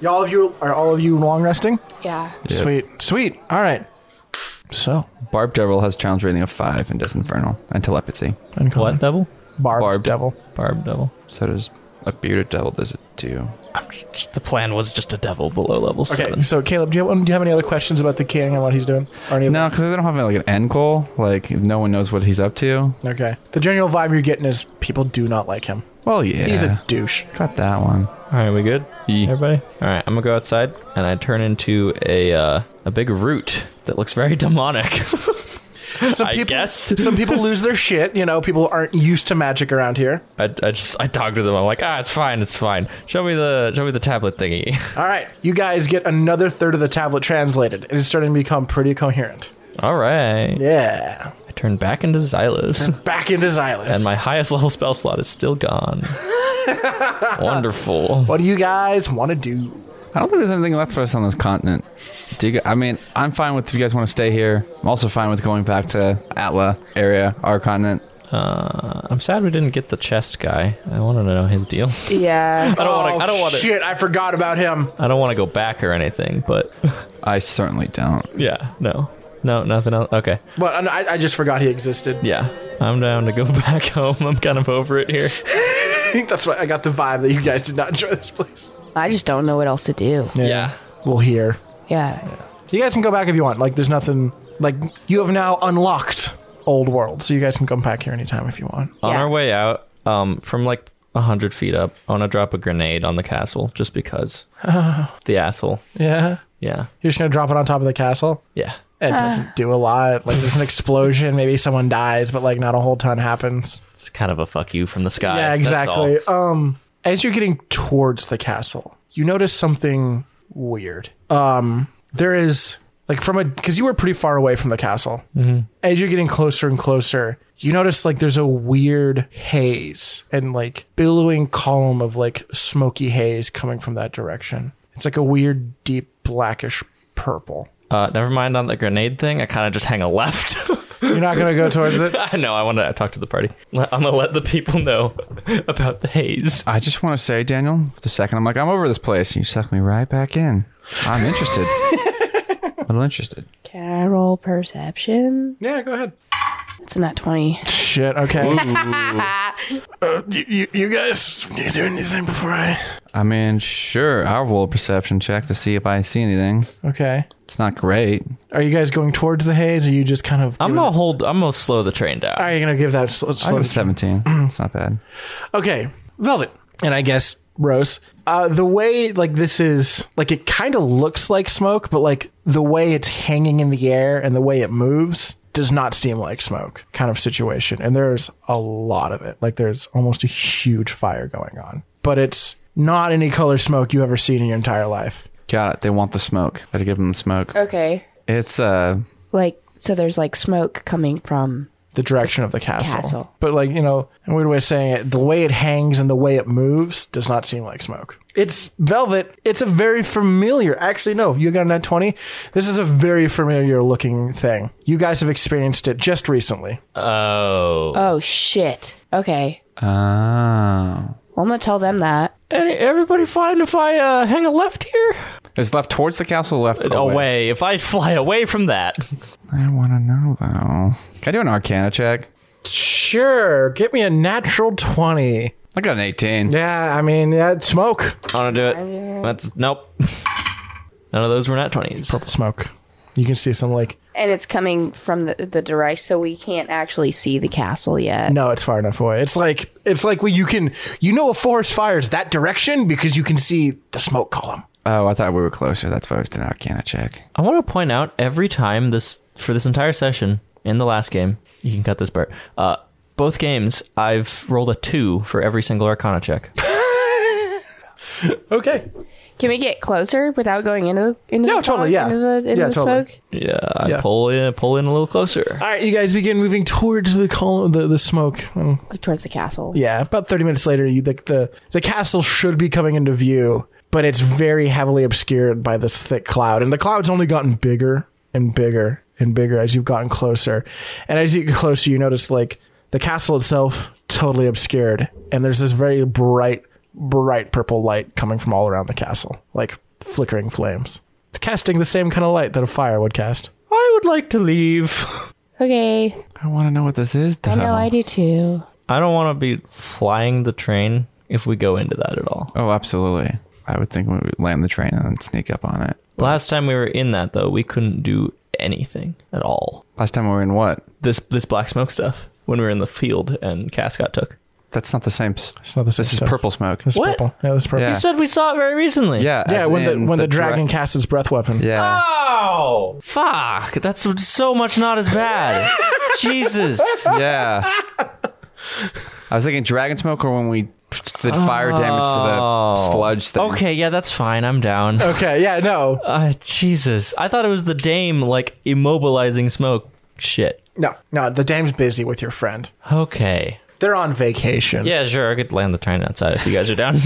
B: y'all of you are all of you long resting.
D: Yeah.
C: Yep.
B: Sweet, sweet. All right. So
C: barb devil has challenge rating of five and does infernal and telepathy
B: uncommon.
A: What devil?
B: Barb,
C: Barb.
B: devil.
A: Barb devil.
C: so does a bearded devil does it too
A: The plan was just a devil below level
B: Okay,
A: seven.
B: so Caleb, do you, have, um, do you have any other questions about the king and what he's doing? Or any of
C: no because they don't have like an end goal like no one knows what he's up to
B: that? Okay. The general vibe you're getting is people do not like him.
C: well yeah
B: He's a douche.
C: got that one
A: All right, we good?
C: Ye-
A: Everybody? All right, I'm gonna go outside and I turn into a uh, a big root that looks very demonic.
B: Some
A: I
B: people,
A: guess.
B: some people lose their shit. You know, people aren't used to magic around here.
A: I, I just I talk to them. I'm like, ah, it's fine, it's fine. Show me the show me the tablet thingy.
B: All right, you guys get another third of the tablet translated. It is starting to become pretty coherent.
A: All right,
B: Yeah.
A: I turn back into Xylos,
B: Back into Xylus.
A: and my highest level spell slot is still gone. Wonderful.
B: what do you guys want to do?
C: i don't think there's anything left for us on this continent do you, g- i mean i'm fine with if you guys want to stay here i'm also fine with going back to atla area our continent
A: Uh, I'm sad we didn't get the chest guy. I wanted to know his deal.
D: Yeah.
A: I don't want to. I don't want to.
B: Oh, Shit, I forgot about him.
A: I don't want to go back or anything. But
C: i certainly don't
A: yeah, no, no, nothing else. Okay,
B: But I, I just forgot he existed.
A: yeah, I'm down to go back home. I'm kind of over it here.
B: I think that's why I got the vibe that you guys did not enjoy this place.
D: I just don't know what else to do.
A: Yeah.
B: We'll hear.
D: Yeah.
B: You guys can go back if you want. Like, there's nothing. Like, you have now unlocked Old World, so you guys can come back here anytime if you want.
A: On
D: Yeah.
A: our way out, um, from like hundred feet up, I want to drop a grenade on the castle just because. the asshole.
B: Yeah.
A: Yeah.
B: You're just gonna drop it on top of the castle.
A: Yeah.
B: It doesn't do a lot. Like, there's an explosion. Maybe someone dies, but like, not a whole ton happens.
A: It's kind of a fuck you from the sky.
B: yeah,
A: that's all.
B: exactly. Um, as you're getting towards the castle, you notice something weird. Um, there is like from a because you were pretty far away from the castle. As you're getting closer and closer, you notice like there's a weird haze and like billowing column of like smoky haze coming from that direction. It's like a weird deep blackish purple.
A: Uh, never mind on the grenade thing. I kind of just hang a left.
B: You're not gonna go towards it.
A: I know. I want to talk to the party. Let- I'm gonna let the people know about the haze.
C: I just want to say, Daniel, the second I'm like, I'm over this place, you suck me right back in. I'm interested. a little interested.
D: Can I roll perception?
B: Yeah, go ahead.
D: It's a nat 20.
B: Shit. Okay. uh, you, you, you guys, do you do anything before I?
C: I mean, sure, I'll roll a perception check to see if I see anything.
B: Okay.
C: It's not great.
B: Are you guys going towards the haze? Or are you just kind of?
A: I'm
B: giving-
A: gonna hold. I'm gonna slow the train down.
B: All right, you're gonna give that. Slow,
C: I
B: slow
C: got a 17. it's not bad.
B: Okay, Velvet, and I guess Rose. Uh, the way like this is like it kind of looks like smoke, but like the way it's hanging in the air and the way it moves does not seem like smoke kind of situation. And there's a lot of it. Like there's almost a huge fire going on, but it's not any color smoke you've ever seen in your entire life.
C: Got it. They want the smoke. Gotta give them the smoke.
D: Okay.
C: It's uh
D: Like, so there's like smoke coming from.
B: The direction of the castle.
D: Castle.
B: but like you know, a weird way of saying it. The way it hangs and the way it moves does not seem like smoke. It's velvet. It's a very familiar. Actually, no, you got a net twenty. This is a very familiar looking thing. You guys have experienced it just recently.
A: Oh.
D: Oh, shit. Okay.
C: Oh.
D: Well, I'm going to tell them that.
A: everybody fine if I uh, hang a left here?
C: Is left towards the castle or left
A: Away.
C: away?
A: If I fly away from that.
C: I wanna know though. Can I do an arcana check?
B: Sure, get me a natural twenty.
C: I got an 18.
B: Yeah, I mean, yeah, smoke,
A: I want to do it. That's nope. None of those were not twenties.
B: purple smoke. You can see some like
D: And it's coming from the, the direct, so we can't actually see the castle yet.
B: no, it's far enough away. It's like it's like where you can you know a forest fires that direction because you can see the smoke column.
C: Oh, I thought we were closer. That's why I was doing an arcana check.
A: I want to point out every time this for this entire session in the last game. You can cut this part. Uh, both games, I've rolled a two for every single Arcana check.
B: Okay.
D: Can we get closer without going into the into
B: No,
D: the
B: totally,
D: fog,
B: yeah.
D: into the, into
B: Yeah,
D: the
B: totally.
D: smoke?
A: Yeah, I
B: Yeah.
A: pull in, pull in a little closer.
B: All right, you guys begin moving towards the column, the, the smoke. Mm,
D: Like towards the castle.
B: Yeah, about thirty minutes later, you the, the the castle should be coming into view, but it's very heavily obscured by this thick cloud, and the cloud's only gotten bigger and bigger and bigger as you've gotten closer, and as you get closer, you notice like the castle itself totally obscured, and there's this very bright, bright purple light coming from all around the castle, like flickering flames. It's casting the same kind of light that a fire would cast.
A: I would like to leave.
D: Okay.
C: I wanna know what this is though.
D: I know I do too.
A: I don't want to be flying the train if we go into that at all.
C: Oh, absolutely. I would think we would land the train and then sneak up on it.
A: Last time we were in that though, we couldn't do anything at all.
C: Last time we were in what?
A: This this black smoke stuff when we were in the field and Cass got took.
C: That's not the same. s-
B: It's not the same
C: This is
B: stuff.
C: purple smoke.
B: This is
A: What?
B: purple. Yeah, this is purple.
C: Yeah.
A: You said we saw it very recently.
C: Yeah.
B: Yeah,
C: as
B: when the
C: in
B: when the, dragon
C: direct-
B: casts its breath weapon.
C: yeah.
A: Oh, fuck! That's so much not as bad. Jesus.
C: Yeah. I was thinking dragon smoke or when we did fire damage to
B: Oh.
C: the sludge thing.
A: Okay, yeah, that's fine. I'm down.
B: Okay, yeah, no.
A: Uh, Jesus, I thought it was the dame like immobilizing smoke. Shit.
B: No, no, the dame's busy with your friend.
A: Okay.
B: They're on vacation.
A: Yeah, sure. I could land the train outside if you guys are down.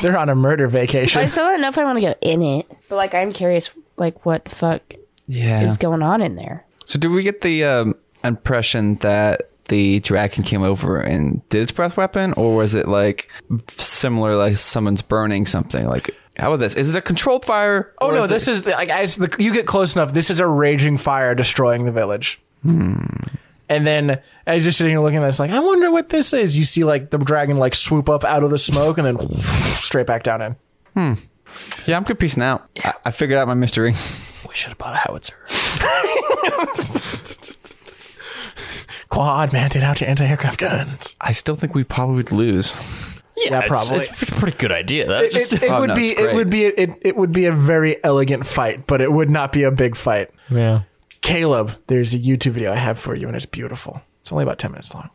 B: They're on a murder
D: I
B: vacation.
D: still don't know if I want to go in it. But like, I'm curious, like, what the fuck
C: Yeah.
D: is going on in there?
C: So did we get the um, impression that the dragon came over and did its breath weapon, or was it like similar, like someone's burning something? Like how about this? Is it a controlled fire?
B: Oh
C: or
B: no,
C: is
B: this
C: it-
B: is like as the, you get close enough, this is a raging fire destroying the village. And then as you're sitting here looking at this, like, I wonder what this is. You see like the dragon like swoop up out of the smoke and then straight back down in.
C: yeah. I'm good piecing out. I, I figured out my mystery.
A: we should have bought a howitzer.
B: Quad man, out your anti-aircraft guns.
C: I still think we probably would lose.
B: Yeah, probably.
A: It's, it's a pretty good idea. That
B: it,
A: just
B: it
C: Oh,
B: would
C: no,
B: be
C: it's
B: it would be it, it would be a very elegant fight, but it would not be a big fight.
A: yeah.
B: Caleb, there's a YouTube video I have for you, and it's beautiful. It's only about ten minutes long.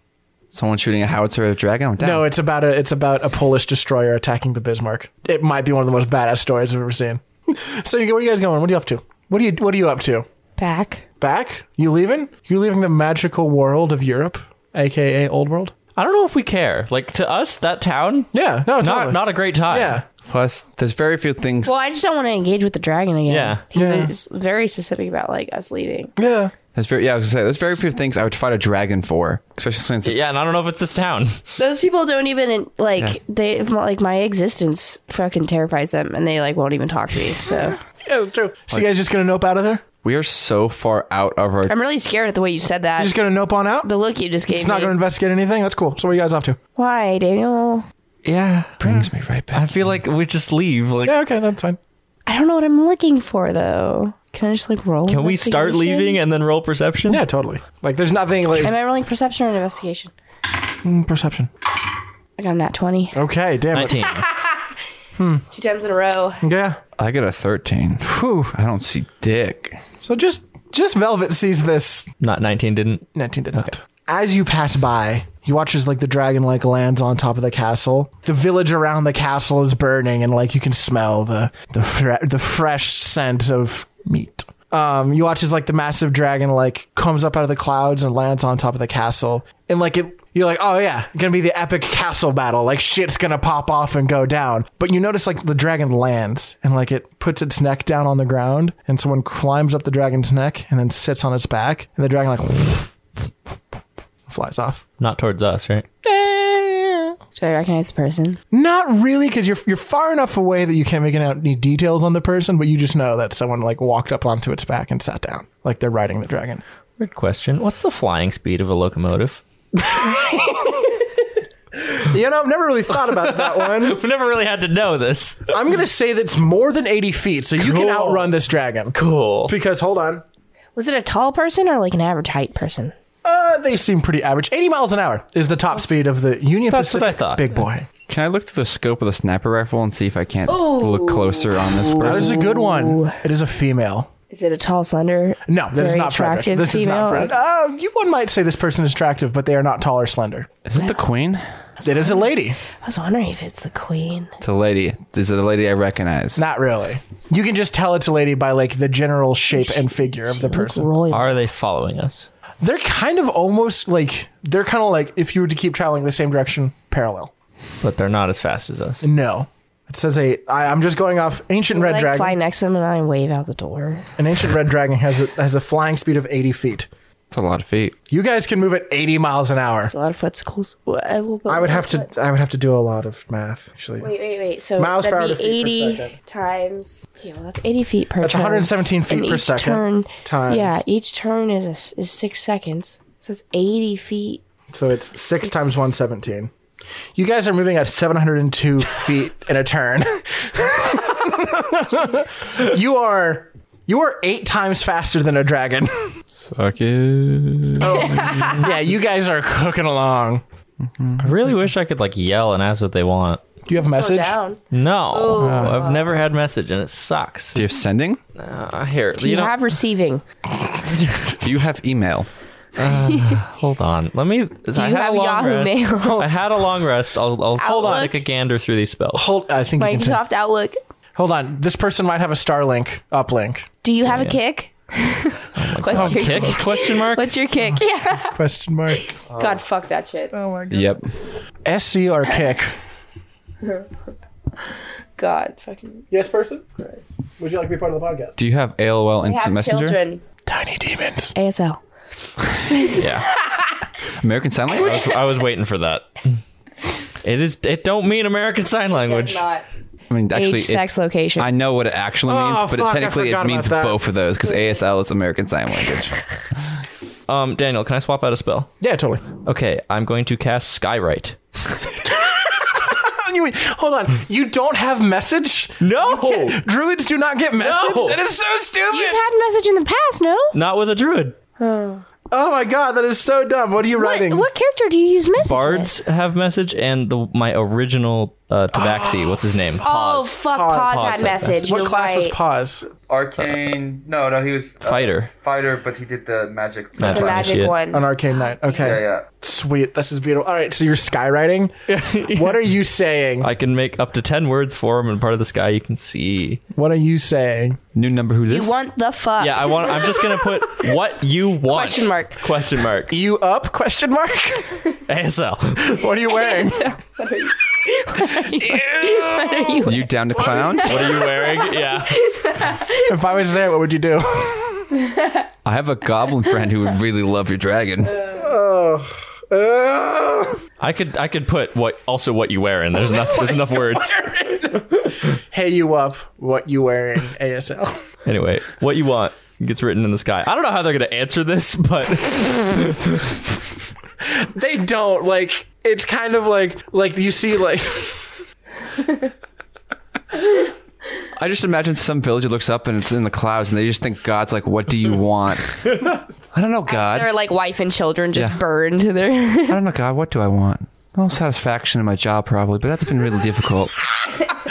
C: Someone shooting a howitzer at a dragon? Oh, I'm down.
B: No, it's about a it's about a Polish destroyer attacking the Bismarck. It might be one of the most badass stories I've ever seen. so, you, where are you guys going? What are you up to? What are you What are you up to?
E: Back.
B: Back? You leaving? You leaving the magical world of Europe, aka Old World?
A: I don't know if we care. Like to us, that town,
B: Yeah, no, Oh, totally.
A: not not a great time.
B: yeah.
C: Plus, there's very few things.
E: Well, I just don't want to engage with the dragon again.
A: Yeah.
E: He
B: Yeah.
E: was very specific about like us leaving.
B: Yeah.
C: There's very, yeah, I was gonna say there's very few things I would fight a dragon for, especially since it's,
A: Yeah, and I don't know if it's this town.
E: Those people don't even like
C: Yeah.
E: they like my existence fucking terrifies them, and they like won't even talk to me. So
B: Yeah, that's true. So you guys just gonna nope out of there?
C: we are so far out of our.
E: I'm really scared at the way you said that.
B: Just gonna nope on out?
E: the look you just gave
B: It's
E: me.
B: not gonna investigate anything. That's cool. So what are you guys off to?
E: Why, Daniel?
A: Yeah,
C: brings me right back.
A: I feel like we just leave. Like,
B: Yeah, okay, that's fine.
E: I don't know what I'm looking for though. Can I just like roll?
A: can we start
E: investigation?
A: leaving and then roll perception?
B: Yeah, totally. Like, there's nothing like
E: Am I rolling perception or investigation?
B: Mm, perception.
E: I got a nat twenty.
B: Okay, damn it.
A: nineteen.
E: Two times in a row.
B: Yeah.
C: I got a 13. Whew, I don't see dick.
B: So just just Velvet sees this.
A: Not nineteen. Didn't.
B: 19 did not. As you pass by, you watch as like the dragon like lands on top of the castle. The village around the castle is burning, and like you can smell the the fre- the fresh scent of meat. Um, you watch as like the massive dragon like comes up out of the clouds and lands on top of the castle, and like it. You're like, oh yeah, gonna be the epic castle battle. Like shit's gonna pop off and go down. But you notice like the dragon lands and like it puts its neck down on the ground, and someone climbs up the dragon's neck and then sits on its back, and the dragon like flies off.
A: Not towards us, right?
E: Do I recognize the person?
B: Not really, because you're you're far enough away that you can't make out any details on the person, but you just know that someone like walked up onto its back and sat down, like they're riding the dragon.
A: Weird question. What's the flying speed of a locomotive?
B: You know, I've never really thought about that one.
A: We've never really had to know this.
B: I'm gonna say that's more than 80 feet, so you can
A: Cool.
B: outrun this dragon.
A: Cool.
B: Because hold on,
E: Was it a tall person or like an average height person?
B: uh, they seem pretty average. 80 miles an hour is the top speed of the Union
A: That's what
B: Pacific
A: I thought.
B: big boy.
C: Can I look through the scope of the sniper rifle and see if I can't
E: Ooh.
C: look closer on this
B: That
C: person?
B: is a good one. It is a female.
E: Is it a tall, slender?
B: No, that is
E: very
B: not Frederick.
E: attractive
B: This
E: female?
B: is not Frederick. Uh, you one might say this person is attractive, but they are not tall or slender.
C: Is this the queen?
B: It is a lady.
E: I was wondering if it's the queen.
C: It's a lady. Is it a lady I recognize?
B: Not really. You can just tell it's a lady by like the general shape and figure of the person.
E: Royal.
A: Are they following us?
B: They're kind of almost like they're kind of like if you were to keep traveling the same direction parallel.
A: But they're not as fast as us.
B: No. It says a. I, I'm just going off ancient red
E: like
B: dragon.
E: fly next to them and I wave out the door.
B: An ancient red dragon has a, has a flying speed of 80 feet.
C: It's a lot of feet.
B: You guys can move at 80 miles an hour.
E: It's a lot of footstools. I, will
B: I would have to. I would have to do a lot of math actually.
E: Wait, wait, wait. So
B: Miles per hour
E: that'd
B: to
E: be
B: feet per
E: 80
B: second.
E: times. Okay, well, that's 80 feet per
B: That's
E: turn.
B: 117 feet
E: And
B: per
E: each
B: second.
E: Turn,
B: times.
E: Yeah, each turn is a s is six seconds. So it's 80 feet.
B: So it's six, times 117. You guys are moving at 702 feet in a turn. you are you are eight times faster than a dragon. Oh.
C: Suck it.
B: yeah, you guys are cooking along.
A: I really wish I could like yell and ask what they want.
B: Do you have a message?
E: Slow down.
A: No,
E: Oh.
A: I've never had message and it sucks.
C: Do you have sending?
A: Uh, here,
E: You,
A: you know,
E: have receiving.
C: Do you have email?
A: hold on. Let me.
E: Do
A: I
E: you
A: had
E: have
A: a long
E: Yahoo
A: rest.
E: Mail?
A: I had a long rest. I'll, I'll hold on.
E: Outlook?
A: Take a gander through these spells.
B: Hold, I think you can take-
E: Microsoft Outlook.
B: hold on. This person might have a Starlink uplink.
E: Do you have
A: Yeah.
E: a kick? what's, your,
A: Kick? Question mark.
E: what's your kick? Yeah.
B: Question mark.
E: God, fuck that shit.
C: Yep.
B: SC or kick.
E: God, fucking.
B: Yes, person. Would you like to be part of the podcast?
C: Do you have AOL Instant Messenger?
E: children.
B: Tiny demons.
E: ASL.
A: Yeah,
C: American Sign
A: I
C: Language?
A: was, I was waiting for that. It is. It don't mean American Sign Language.
E: not.
C: I mean, actually,
E: Age,
C: it-
E: sex, location.
C: I know what it actually means,
B: Oh, fuck,
C: but
B: I
C: it technically
B: forgot
C: it
B: about
C: means
B: that.
C: both of those because ASL is American Sign Language.
A: Um, Daniel, can I swap out a spell?
B: Yeah, totally. Oh,
A: Okay, I'm going to cast Skywrite.
B: You- hold on. You don't have message?
F: Oh.
A: No,
B: Druids do not get message.
A: No.
B: That is so stupid.
E: You've had a message in the past, no?
A: not with a druid.
B: Oh my god, that is so dumb. What are you
E: What,
B: writing?
E: what character do you use message? with?
A: Bards have message, and the my original uh, Tabaxi. what's his name?
D: Oh
A: Pause.
D: fuck!
B: Pause.
D: Pause,
A: Pause
D: had
A: had
D: message.
B: What
D: You're
B: class was
D: right.
B: pause?
F: Arcane. No, no, he was a
A: Fighter.
F: Fighter, but he did the magic.
A: Magic.
D: The
A: Class,
D: magic
A: yeah.
D: one.
B: An arcade night. Okay.
F: Yeah, yeah.
B: Sweet. This is beautiful. All right. So you're skywriting. what are you saying?
A: I can make up to 10 words for him and part of the sky you can see.
B: What are you saying?
C: New number who this?
D: You want the fuck?
A: Yeah, I want I'm just going to put what you want.
D: Question mark.
A: Question mark.
B: You up? Question mark.
A: ASL.
B: What are you wearing?
C: you down to clown?
A: What are you wearing? Yeah.
B: if I was there, what would you do?
C: I have a goblin friend who would really love your dragon.
A: I could I could put what also what you wear in. There's enough there's enough words.
B: hey, you up? What you wearing? ASL.
A: Anyway, what you want gets written in the sky. I don't know how they're going to answer this, but
B: they don't like it's kind of like like you see like
C: I just imagine some villager looks up and it's in the clouds and they just think God's like, what do you want? I don't know, God.
D: They're like wife and children just
C: Yeah.
D: burned. They're
C: I don't know, God, what do I want? Well, satisfaction in my job, probably, but that's been really difficult.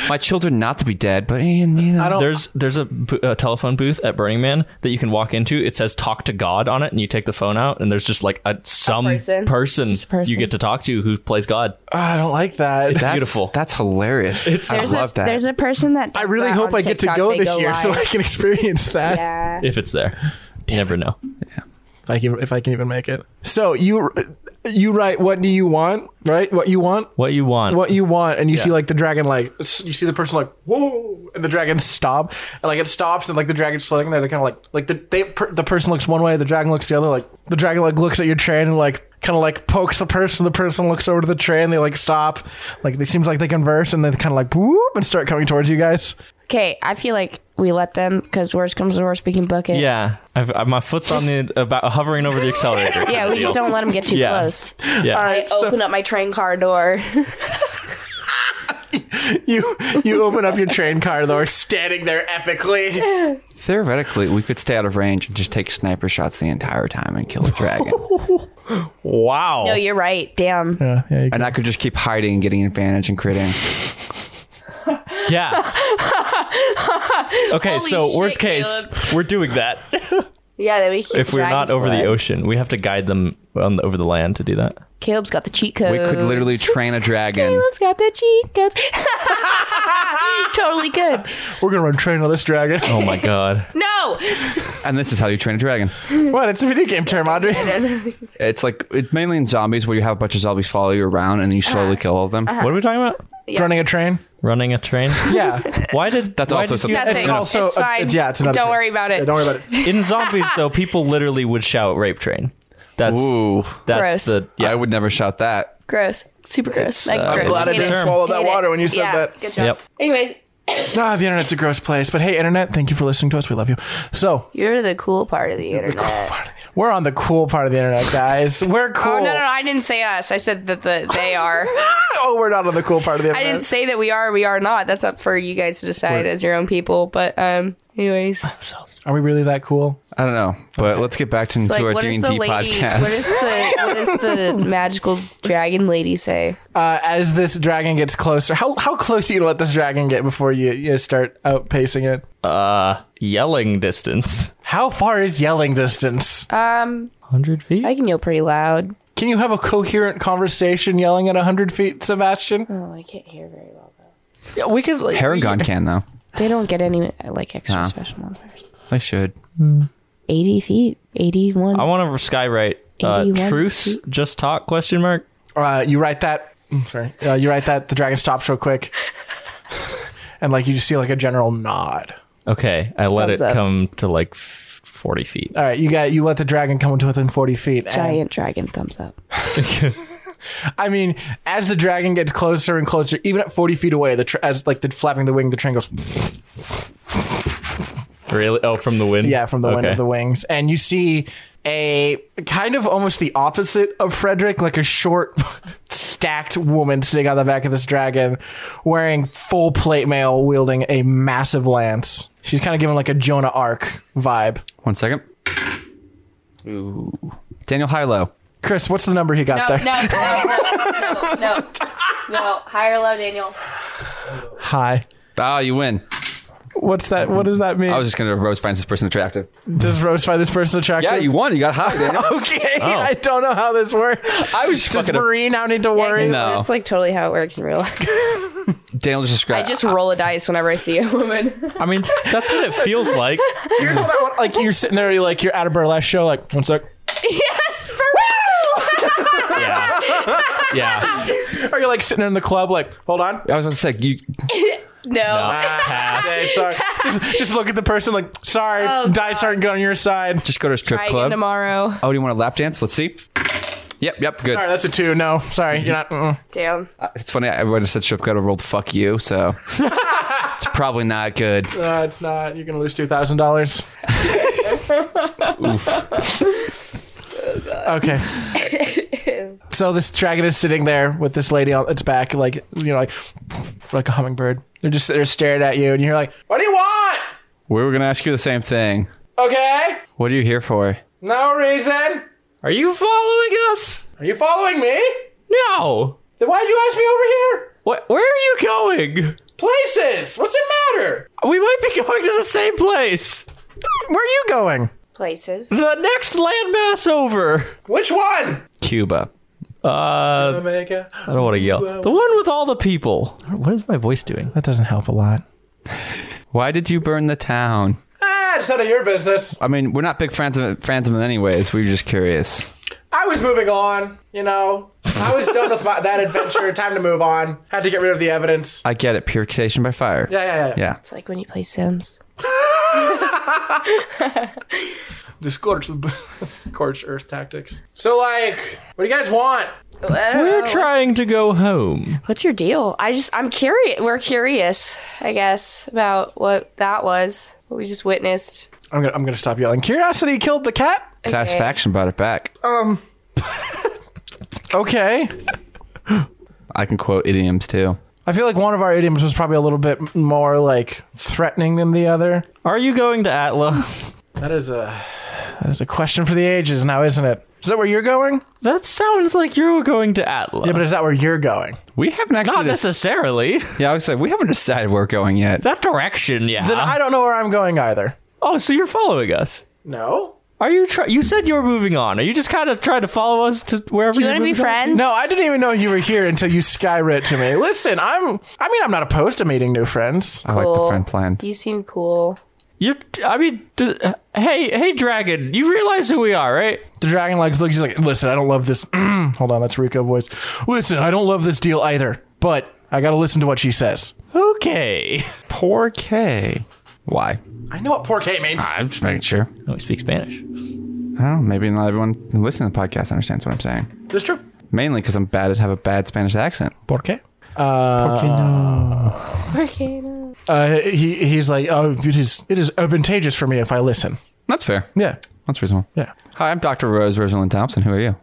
C: My children not to be dead, but eh, you know.
B: I don't
A: there's there's a, bo- a telephone booth at Burning Man that you can walk into. It says "Talk to God" on it, and you take the phone out, and there's just like a some
D: person. Just a person.
A: you get to talk to who plays God.
B: "Ah, I don't like that.
C: that's,
A: beautiful.
C: That's hilarious. I
D: there's
C: love
D: a,
C: that.
D: there's a person that.
B: I really hope I get to go this year so I can experience that.
D: yeah.
A: If it's there, you never know.
B: If I can if I can even make it. So you you write what do you want, right? What you want?
A: What you want?
B: What you want and you see like the dragon like s- you see the person like whoa and the dragon stop and like it stops and like the dragon's floating there they're kind of like like the they per, the person looks one way the dragon looks the other like the dragon like looks at your train and like kind of like pokes the person the person looks over to the train they like stop like they seems like they converse and then kind of like whoop and start coming towards you guys
D: Okay, I feel like we let them because worst comes to worst, we can book it.
A: Yeah, I've, I, my foot's on the about hovering over the accelerator.
D: Yeah, we just don't let them get too
A: Yeah.
D: close.
A: Yeah.
B: all
D: I
B: right so
D: open up my train car door.
B: you you open up your train car though are standing there epically
C: Theoretically, we could stay out of range and just take sniper shots the entire time and kill the dragon.
A: Wow.
D: no, you're right. Damn.
B: yeah, yeah you
C: and I could just keep hiding and getting advantage and critting.
A: yeah. okay,
D: Holy
A: so
D: shit,
A: worst case, we're doing that.
D: Yeah, then we can
A: if we're not
D: dragon's
A: over the
D: blood.
A: ocean, we have to guide them on the, over the land to do that.
D: Caleb's got the cheat code.
C: We could literally train a dragon.
D: Caleb's got the cheat codes. totally could.
B: we're gonna run train on this dragon
A: Oh my god.
D: No.
C: And this is how you train a dragon.
B: what it's a video game term audrey
C: It's like, it's mainly in zombies where you have a bunch of zombies follow you around and you slowly
D: Uh-huh.
C: kill all of them.
A: What are we talking about?
B: running a train
A: Running a train?
B: yeah
A: Why did
C: That's
A: why
C: also
A: did you-
C: something-
D: Nothing.
B: It's also
D: It's
B: a-
D: fine.
B: it's- yeah, it's another
D: Don't
B: thing.
D: worry about it.
B: Yeah, don't worry about it
A: in zombies though? People literally would shout "rape train." That's
C: Ooh.
A: that's
D: Gross.
A: the
C: I would never shout that.
D: Gross. Super gross. Like,
A: uh,
D: gross.
A: I'm glad I
D: Hate
A: didn't
D: it.
A: swallow
D: Hate it. yeah, Good job.
A: Yep.
D: Anyways,
B: Ah, the internet's a gross place. But hey, internet, thank you for listening to us. We love you. So
D: you're the cool part of the internet.
B: we're on the cool part of the internet, guys. We're cool.
D: Oh no, no, no, I didn't say us. I said that the, they are.
B: Oh, we're not on the cool part of the
D: I
B: internet.
D: didn't say that we are. We are not. That's up for you guys to decide as your own people. But um, anyways,
B: Are we really that cool?
C: I don't know, but let's get back to, into
D: like
C: our
D: what
C: D
D: is
C: and
D: the
C: D
D: lady? What is
C: podcast.
D: the what does the magical dragon lady say?
B: Uh, as this dragon gets closer, how how close are you gonna let this dragon get before you, you start outpacing it?
A: uh yelling distance.
B: How far is yelling distance?
D: Um,
A: Hundred feet.
D: I can yell pretty loud.
B: Can you have a coherent conversation yelling at hundred feet, Sebastian?
D: Oh, I can't hear very well.
B: Yeah, we could. Like,
C: Paragon can though.
D: They don't get any like extra
C: Huh.
D: special modifiers.
C: I should.
D: Eighty feet, eighty-one.
A: I want to skywrite uh,
D: 81
A: truce. Just talk? Question mark.
B: Uh, you write that. I'm sorry. Uh, you write that. The dragon stops real quick, and like you just see like a general nod.
A: Okay, I let
D: Thumbs
A: it
D: up.
A: come to like f- forty feet.
B: All right, you got you let the dragon come to within forty feet. and-
D: Giant dragon thumbs up.
B: I mean, as the dragon gets closer and closer, even at forty feet away, the tr- as like the flapping the wing, the train goes
A: Really? Oh, from the wind.
B: yeah from the wind
A: Okay.
B: of the wings, and you see a kind of almost the opposite of Frederick, like a short, stacked woman sitting on the back of this dragon, wearing full plate mail, wielding a massive lance. She's kind of giving like a Jonah Arc vibe.
C: One second. Ooh. Daniel Hilo.
B: Chris, what's the number he got
D: No,
B: there?
D: no, no, no, no, no, no. High or low, Daniel?
B: Hi.
C: Ah, you win.
B: What's that? What does that mean?
C: I was just gonna Rose finds this person attractive.
B: Does roast by this person attractive?
C: Yeah, you won. You got high. Daniel.
B: Okay, I don't know how this works.
C: I was just
B: Does
C: fucking.
B: Marie now need to worry?
C: No.
D: That's like totally how it works in real life.
C: Daniel just
D: I
C: described.
D: just roll a dice whenever I see a woman.
A: I mean, that's what it feels like.
B: Here's what I want. Like you're sitting there, you're like you're at a burlesque show. Like one sec.
D: yes, for real.
A: Yeah. Yeah.
B: Or you're like sitting in the club. Like hold on.
C: I was about to say you.
D: no.
B: Hey, Ah, sorry. just, just look at the person. Like sorry,
D: Oh,
B: dice
D: God.
B: aren't going on your side.
C: Just go to a strip
D: Try again
C: club.
D: tomorrow.
C: Oh, do you want a lap dance? Let's see. Yep, yep, good.
B: All right, that's a two. No, sorry, you're not. uh-uh. mm-mm.
D: Damn.
C: It's funny. Everyone said strip club rolled "fuck you," so it's probably not good.
B: Uh, it's not. You're gonna lose two thousand dollars. Okay. so this dragon is sitting there with this lady on its back, like you know, like like a hummingbird. They're just they're staring at you, and you're like, "What do you want?
C: We were gonna ask you the same thing.
B: Okay,
C: What are you here for?
B: no reason.
A: Are you following us?
B: Are you following me?
A: No.
B: Then why'd you ask me over here?
A: What, where are you going?
B: Places. What's it matter?
A: We might be going to the same place.
B: Where are you going?
D: Places.
A: The next landmass over.
B: Which one?
C: Cuba.
A: Uh,
B: Omega.
A: I don't want to yell. The one with all the people. What is my voice doing?
B: That doesn't help a lot.
C: Why did you burn the town?
B: Ah, it's none of your business.
C: I mean, we're not big fans of fans of it anyways. We were just curious.
B: I was moving on, you know. I was done with my, that adventure. Time to move on. Had to get rid of the evidence.
C: I get it. Purification by fire.
B: Yeah, yeah, yeah.
C: Yeah.
D: It's like when you play Sims.
B: The scorched, scorched earth tactics. So, like, what do you guys want?
A: We're trying to go home.
D: What's your deal? I just I'm curious. We're curious, I guess, about what that was. What we just witnessed.
B: I'm gonna, I'm gonna stop yelling. Curiosity killed the cat.
C: Satisfaction brought it back.
B: Okay.
C: I can quote idioms too.
B: I feel like one of our idioms was probably a little bit more like threatening than the other.
A: Are you going to Atla?
B: That is a, that is a question for the ages now, isn't it? Is that where you're going?
A: That sounds like you're going to Atla.
B: Yeah, but is that where you're going?
C: We haven't actually.
A: Not
C: Dis-
A: necessarily.
C: yeah, I was like, we haven't decided where we're going yet.
A: That direction, yeah.
B: Then I don't know where I'm going either.
A: oh, so you're following us.
B: No.
A: Are you try- You said you were moving on. Are you just kind of trying to follow us to wherever
D: Do you
A: you're
D: want to be
A: moving on?
D: friends?
B: No, I didn't even know you were here until you skyrit to me. Listen, I'm. I mean, I'm not opposed to meeting new friends.
C: I like the friend plan.
D: You seem cool.
A: You're, I mean, does, uh, hey, hey, dragon, you realize who we are, right?
B: The dragon legs looks. He's like, listen, I don't love this. Hold on, that's Rico voice. Listen, I don't love this deal either. But I gotta listen to what she says.
A: Okay.
C: Poor K. Why?
B: I know what poor Kate means.
C: I'm just making sure.
A: No, he speaks Spanish.
C: I don't know. Maybe not everyone who listens to the podcast understands what I'm saying.
B: This true.
C: Mainly because I'm bad at have a bad Spanish accent.
B: Por qué? Uh,
D: Volcano.
B: uh, he he's like, oh, it is it is advantageous for me if I listen.
C: That's fair.
B: Yeah,
C: That's reasonable.
B: yeah.
C: Hi, I'm Dr. Rose Rosalind Thompson. Who are you?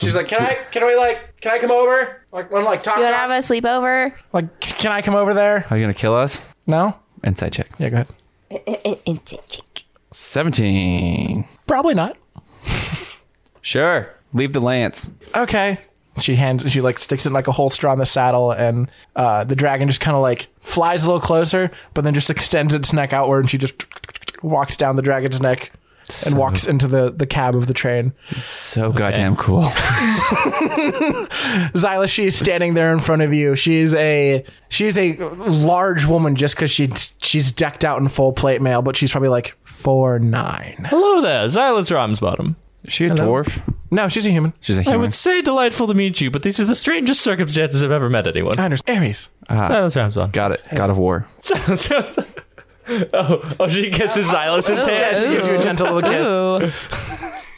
B: She's like, can I can we like can I come over? Like, when like talk
D: You want to have a sleepover?
B: Like, can I come over there?
C: Are you going to kill us?
B: No.
C: Inside check.
B: Yeah, go ahead.
D: Wait,
C: 17.
B: Probably not.
C: Sure. Leave the lance.
B: okay. She hands she like sticks it in like a holster on the saddle, and uh, the dragon just kind of like flies a little closer, but then just extends its neck outward, and she just walks down the dragon's neck and walks into the the cab of the train.
C: So goddamn cool.
B: Xyla, she's standing there in front of you. She's a she's a large woman just because she she's decked out in full plate mail, but she's probably like four nine.
A: Hello there, Xylus Ramsbottom.
C: Is she a dwarf?
B: No, she's a human.
C: She's a
A: I
C: human.
A: would say delightful to meet you, but these are the strangest circumstances I've ever met anyone.
B: I understand. Aries.
A: Xylus Ramsbottom.
C: Ah, Got it. God of War.
A: oh, oh, she kisses Xylus's
B: Yeah, she
A: hand.
B: gives you a gentle little kiss.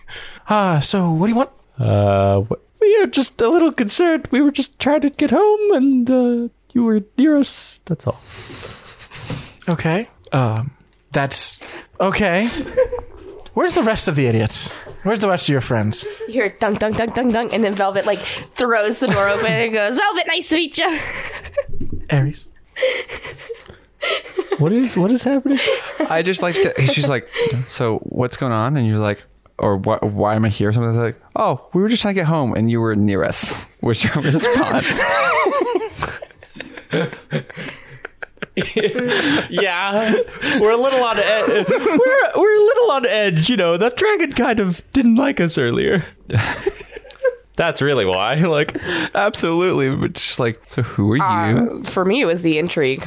B: Ah, so what do you want?
A: Uh, wh- we are just a little concerned. We were just trying to get home, and uh, you were near us. That's all.
B: Okay. Um, that's okay. Where's the rest of the idiots? Where's the rest of your friends?
D: you hear dunk, dunk, dunk, dunk, dunk, and then Velvet like throws the door open and goes, "Velvet, nice to meet you."
B: Aries.
A: What is what is happening?
C: I just like to, she's like, so what's going on? And you're like, or why, why am I here? Something like, oh, we were just trying to get home, and you were near us. Was your response?
A: Yeah, we're a little on edge. we're we're a little on edge. You know that dragon kind of didn't like us earlier. That's really why. Like,
C: Absolutely, but just like, so who are you?
E: Uh,
D: Um, For me, it was the intrigue.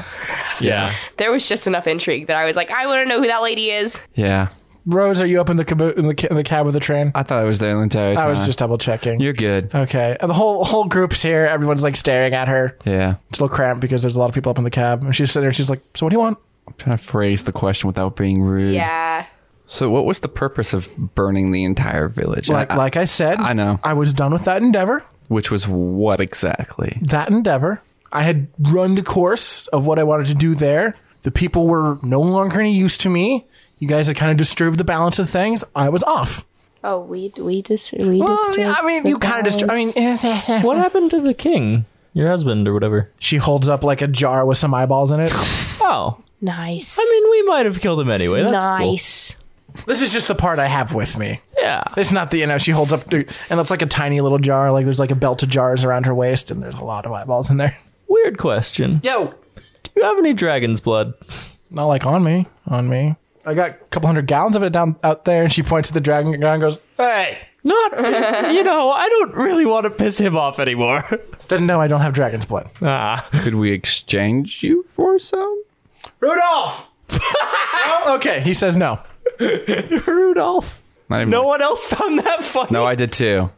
A: yeah,
D: There was just enough intrigue that I was like, I want to know who that lady is.
C: yeah,
B: Rose, are you up in the cabo- in the, ca- in the cab of the train?
C: I thought I was there the entire time.
B: I was just double checking.
C: You're good.
B: Okay, and the whole whole group's here. Everyone's like staring at her.
C: yeah,
B: It's a little cramped because there's a lot of people up in the cab. And she's sitting there. She's like, "So what do you want?"
C: I'm trying to phrase the question without being
D: Mm.
C: rude.
D: Yeah.
C: So, what was the purpose of burning the entire village?
B: Like
C: I- I-
B: like I said,
C: I know.
B: I was done with that endeavor.
C: which was what exactly?
B: that endeavor. I had run the course of what I wanted to do there. The people were no longer any use to me. You guys had kind of disturbed the balance of things. I was off.
D: Oh, we we just we
B: Well, yeah, I mean, you kind of disturbed. I mean, eh.
A: what happened to the king, your husband or whatever?
B: she holds up like a jar with some eyeballs in it.
A: Oh,
D: nice.
A: I mean, we might have killed him anyway. That's cool.
D: nice.
B: this is just the part I have with me.
A: Yeah,
B: It's not the you know. She holds up, and that's like a tiny little jar. Like there's like a belt of jars around her waist, and there's a lot of eyeballs in there.
A: weird question.
B: Yo,
A: Do you have any dragon's blood?
B: not like on me, on me. I got a couple hundred gallons of it down out there, and she points at the dragon and goes, "Hey."
A: Not, you know, I don't really want to piss him off anymore.
B: Then no, I don't have dragon's blood.
A: ah,
C: Could we exchange you for some?
B: Rudolph. No? Okay, he says no.
A: Rudolph.
C: Not even
A: No one else found that funny.
C: No, Oh, I did too.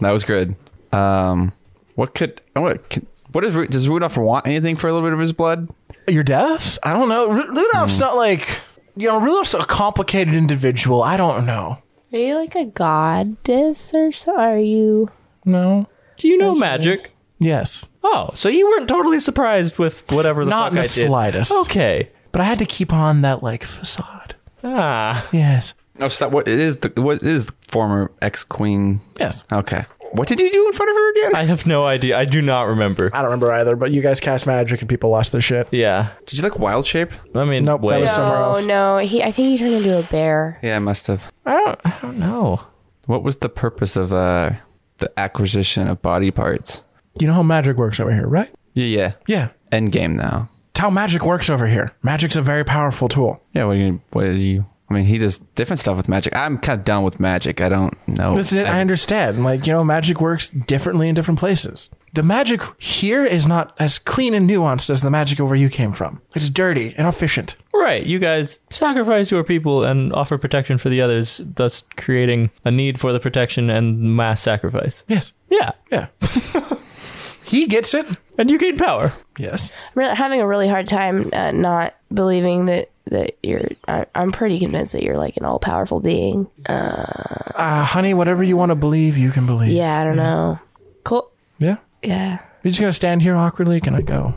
C: That was good. Um, what could oh, what could, what is Ru- does Rudolph want anything for a little bit of his blood?
B: You're deaf? I don't know. Ru- Rudolph's
C: Hmm.
B: not like you know. Rudolph's a complicated individual. I don't know.
D: Are you like a goddess or so? Are you?
B: No.
A: Do you know magic?
B: Yes.
A: Oh, so you weren't totally surprised with whatever the
B: Not
A: fuck
B: in
A: I
B: the
A: did.
B: slightest.
A: Okay.
B: But I had to keep on that like facade.
A: Ah,
B: Yes.
C: Oh, so that what it is the what it is the former ex queen?
B: Yes.
C: Okay. What did you do in front of her again?
A: I have no idea. I do not remember.
B: I don't remember either. But you guys cast magic and people lost their shit.
A: Yeah.
C: Did you like wild shape?
A: I mean,
B: Nope, that
A: wait.
B: was so- Somewhere
D: No,
B: else.
D: Oh, no. He, I think he turned into a bear.
C: Yeah, I must have.
A: I, don't, I don't know.
C: What was the purpose of uh the acquisition of body parts?
B: You know how magic works over here, right?
C: Yeah, yeah.
B: Yeah.
C: End game now.
B: It's how magic works over here. Magic's a very powerful tool.
C: Yeah. What do you? What do you? I mean, he does different stuff with magic. I'm kind of done with magic. I don't know.
B: This is it. I understand. Like, you know, magic works differently in different places. The magic here is not as clean and nuanced as the magic of where you came from. It's dirty and efficient.
A: Right. You guys sacrifice your people and offer protection for the others, thus creating a need for the protection and mass sacrifice.
B: Yes.
A: Yeah.
B: Yeah. he gets it.
A: And you gain power.
B: Yes.
D: I'm really, having a really hard time uh, not believing that that you're. I, I'm pretty convinced that you're like an all powerful being.
B: Uh, honey, whatever you want to believe, you can believe.
D: Yeah, I don't know. Cool.
B: Yeah.
D: Yeah.
B: You're just going to stand here awkwardly? Can I go?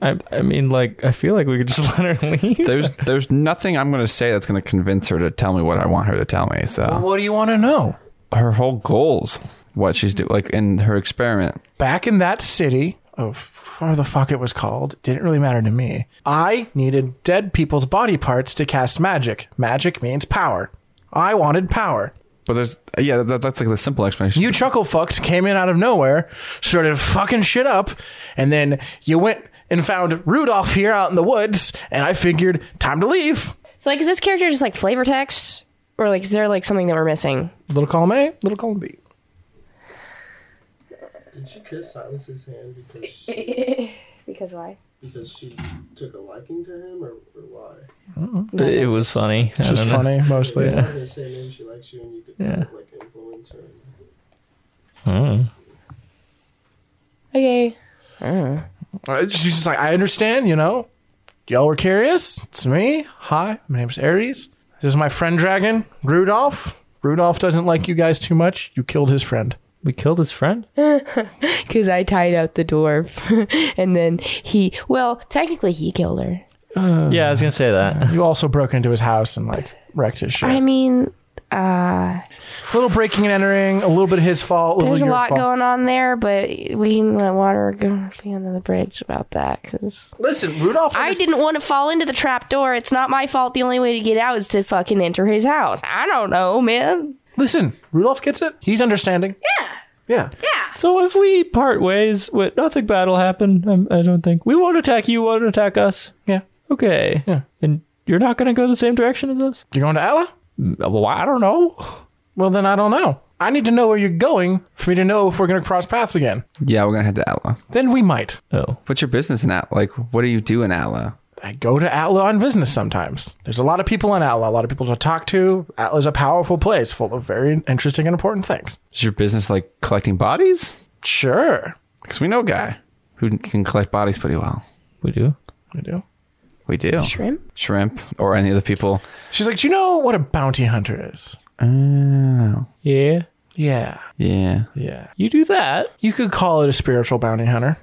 A: I, I mean, like, I feel like we could just let her leave.
C: there's there's nothing I'm gonna say that's gonna convince her to tell me what I want her to tell me. So
B: Uh, What do you want to know?
C: her whole goals, what she's doing, like in her experiment.
B: back in that city of whatever the fuck it was called, didn't really matter to me. I needed dead people's body parts to cast magic. Magic means power. I wanted power.
C: But there's yeah, that, that's like the simple explanation.
B: You chuckle fucks came in out of nowhere, started fucking shit up, and then you went and found Rudolph here out in the woods, and I figured time to leave.
D: So like, is this character just like flavor text, or like, is there like something that we're missing?
B: Little column A, little column B.
G: Did she kiss Silas's hand because she,
D: Because why?
G: because she took a liking to him, or, or why?
A: It was funny. I
B: Just
A: don't know.
B: funny, mostly.
G: If they say maybe she likes you and you could kind of, like influence her.
D: Okay.
B: Uh, She's just like, I understand, you know. Y'all were curious. It's me. Hi, my name's Ares. This is my friend dragon, Rudolph. Rudolph doesn't like you guys too much. You killed his friend.
A: We killed his friend?
D: Because I tied up the dwarf, and then he. Well, technically, he killed her.
A: Yeah, I was going to say that.
B: You also broke into his house and like wrecked his shit.
D: I mean,
E: Uh,
B: A little breaking and entering, a little bit his fault. little
E: there's a
B: your
E: lot
B: fault.
E: going on there, but we can let water go be under the bridge about that because
B: Listen, Rudolph.
E: I didn't want to fall into the trap door. It's not my fault. The only way to get out is to fucking enter his house. I don't know, man.
B: Listen, Rudolph gets it. He's understanding. Yeah. Yeah.
A: So if we part ways, with nothing bad will happen. I'm, I don't think we won't attack you. Won't attack us.
B: Yeah.
A: Okay.
B: Yeah.
A: And you're not going to go the same direction as us.
B: You're going to Ella?
A: Well, I don't know.
B: Well, then I don't know. I need to know where you're going for me to know if we're going to cross paths again.
C: Yeah, we're gonna head to Atla.
B: Then we might.
A: Oh,
C: What's your business in Atla? Like, what do you do in Atla?
B: I go to Atla on business sometimes. There's a lot of people in Atla, a lot of people to talk to. Atla's a powerful place full of very interesting and important things.
C: Is your business like collecting bodies?
B: Sure.
C: Because we know a guy who can collect bodies pretty well.
A: we do.
B: I do.
C: We do.
E: Shrimp?
C: Shrimp or any of the people.
B: She's like, Do you know what a bounty hunter is?
C: Oh,
A: Yeah.
B: Yeah.
C: yeah.
B: Yeah.
A: You do that.
B: You could call it a spiritual bounty hunter.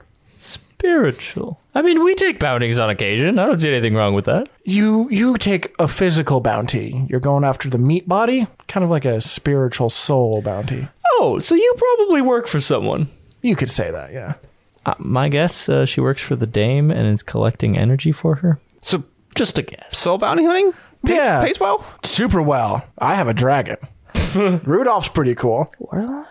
A: Spiritual. I mean, we take bounties on occasion. I don't see anything wrong with that.
B: You you take a physical bounty. You're going after the meat body, kind of like a spiritual soul bounty.
A: Oh, so you probably work for someone.
B: You could say that, yeah.
A: Uh, my guess, uh, she works for the dame and is collecting energy for her.
C: So,
A: Just a guess.
C: soul bounty hunting? Pays,
B: Yeah.
C: Pays well?
B: Super well. I have a dragon. Rudolph's pretty cool.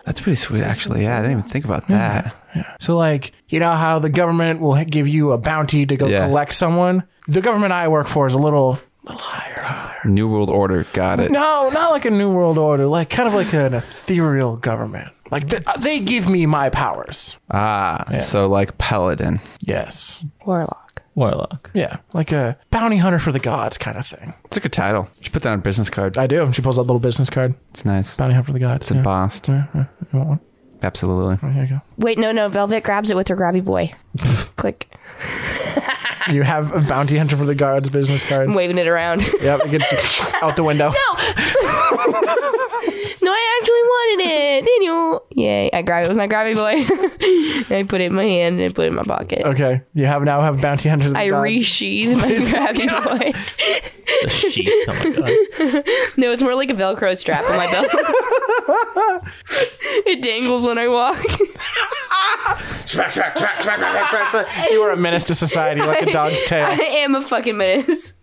C: That's pretty sweet, actually. Yeah, I didn't even think about that.
B: So, like, you know how the government will give you a bounty to go
C: Yeah.
B: collect someone? The government I work for is a little, little higher up there.
C: New World Order. Got it.
B: No, not like a New World Order, like kind of like an ethereal government. Like, th- uh, they give me my powers.
C: Ah, so like Paladin.
B: Yes.
E: Warlock.
A: Warlock.
B: Yeah. Like a bounty hunter for the gods kind of thing.
C: It's a good title. You should put that on a business card.
B: I do. She pulls out a little business card.
C: It's nice.
B: Bounty hunter for the gods.
C: It's embossed.
B: Yeah, yeah. You want one?
C: Absolutely.
B: Here you go.
E: Wait, no, no. Velvet grabs it with her grabby boy. Click.
B: You have a bounty hunter for the guards business card.
E: I'm waving it around.
B: Yep, it gets out the window.
E: no, I actually wanted it. Daniel. Yay. I grab it with my grabby boy. and I put it in my hand and I put it in my pocket.
B: Okay, you have now have bounty hunter. For the
E: I
B: gods.
E: resheathe my grabby boy.
A: The sheath. Oh my god.
E: No, it's more like a Velcro strap on my belt. it dangles when I walk.
B: You are a menace to society, like a dog's tail.
E: I am a fucking menace.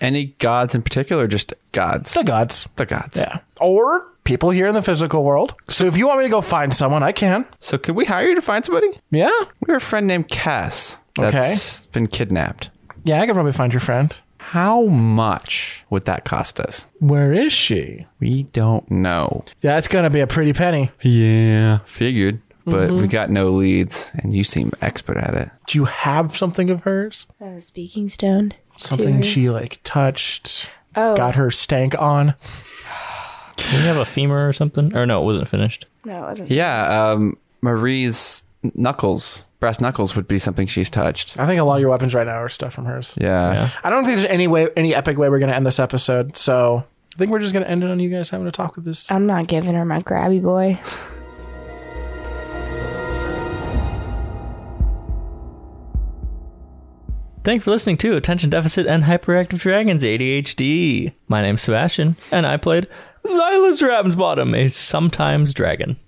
C: Any gods in particular? or Just gods.
B: The gods,
C: The gods.
B: yeah, or people here in the physical world. So if you want me to go find someone, I can.
C: So could we hire you to find somebody?
B: Yeah,
C: We have a friend named Cass that's been kidnapped.
B: yeah, I can probably find your friend.
C: How much would that cost us?
B: Where is she?
C: We don't know.
B: That's gonna be a pretty penny.
C: Yeah. Figured. But
B: Mm-hmm.
C: we got no leads, and you seem expert at it.
B: Do you have something of hers?
E: Uh, speaking stone.
B: Something she like touched,
E: Oh.
B: got her stank on.
A: Do you have a femur or something? Or no, it wasn't finished.
E: No, it wasn't.
C: Yeah, um, Marie's knuckles, brass knuckles, would be something she's touched.
B: I think a lot of your weapons right now are stuff from hers.
C: Yeah.
A: Yeah.
B: I don't think there's any way, any epic way we're gonna end this episode. So I think we're just gonna end it on you guys having a talk with this.
E: I'm not giving her my grabby boy.
A: Thank you for listening to Attention Deficit and Hyperactive Dragons ADHD. My name's Sebastian, and I played Xylus Ramsbottom, a sometimes dragon.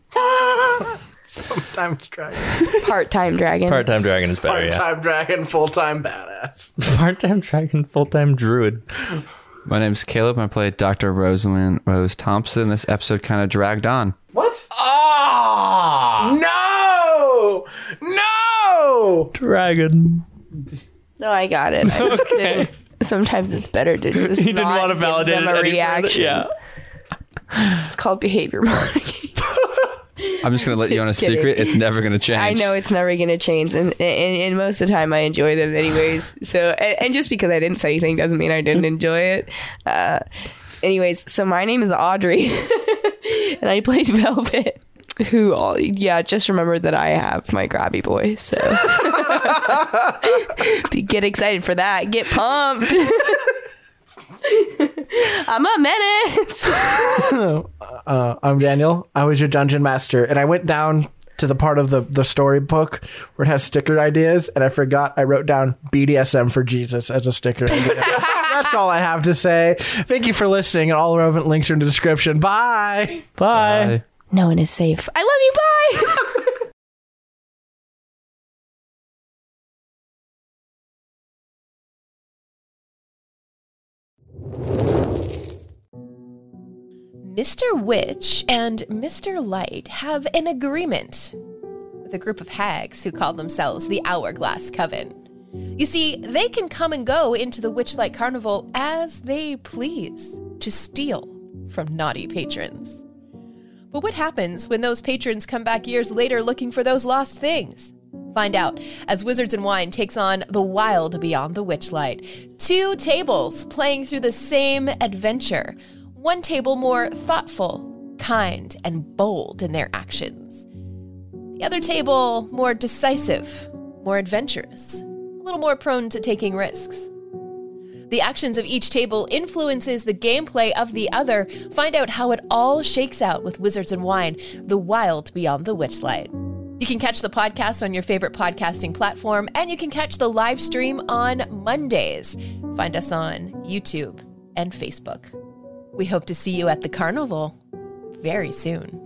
B: Time dragon,
E: Part time dragon.
A: Part time dragon is better,
B: part
A: yeah.
B: time dragon, full time badass.
A: Part time dragon, full time druid.
C: My name's Caleb. I play Dr. Rosalind Rose Thompson. This episode kind of dragged on.
B: What? Ah! No! No!
A: Dragon.
E: No, I got it. I just didn't. Sometimes it's better to just
A: He didn't
E: not
A: want to
E: give
A: validate
E: them
A: it
E: a
A: any further.
E: reaction.
A: Yeah.
E: It's called behavior monitoring.
C: I'm just going to let you on a
E: Just kidding.
C: secret. It's never going to change.
E: I know it's never going to change, and, and and most of the time I enjoy them anyways. So, and, and just because I didn't say anything doesn't mean I didn't enjoy it. Uh, anyways, so my name is Audrey, and I played Velvet. Who? All, yeah, just remember that I have my grabby boy. So, get excited for that. Get pumped. I'm a menace.
B: I'm Daniel. I was your dungeon master, and I went down to the part of the the storybook where it has sticker ideas, and I forgot I wrote down BDSM for Jesus as a sticker. idea. That's all I have to say. Thank you for listening, and all the relevant links are in the description. Bye.
A: Bye.
C: I-
D: No one is safe. I love you. Bye.
H: Mr. Witch and Mr. Light have an agreement with a group of hags who call themselves the Hourglass Coven. You see, they can come and go into the Witchlight Carnival as they please to steal from naughty patrons. But what happens when those patrons come back years later looking for those lost things? Find out as Wizards and Wine takes on The Wild Beyond the Witchlight. Two tables playing through the same adventure, one table more thoughtful, kind, and bold in their actions, the other table more decisive, more adventurous, a little more prone to taking risks. The actions of each table influences the gameplay of the other. Find out how it all shakes out with Wizards and Wine, the wild beyond the witchlight. You can catch the podcast on your favorite podcasting platform, and you can catch the live stream on Mondays. Find us on YouTube and Facebook. We hope to see you at the carnival very soon.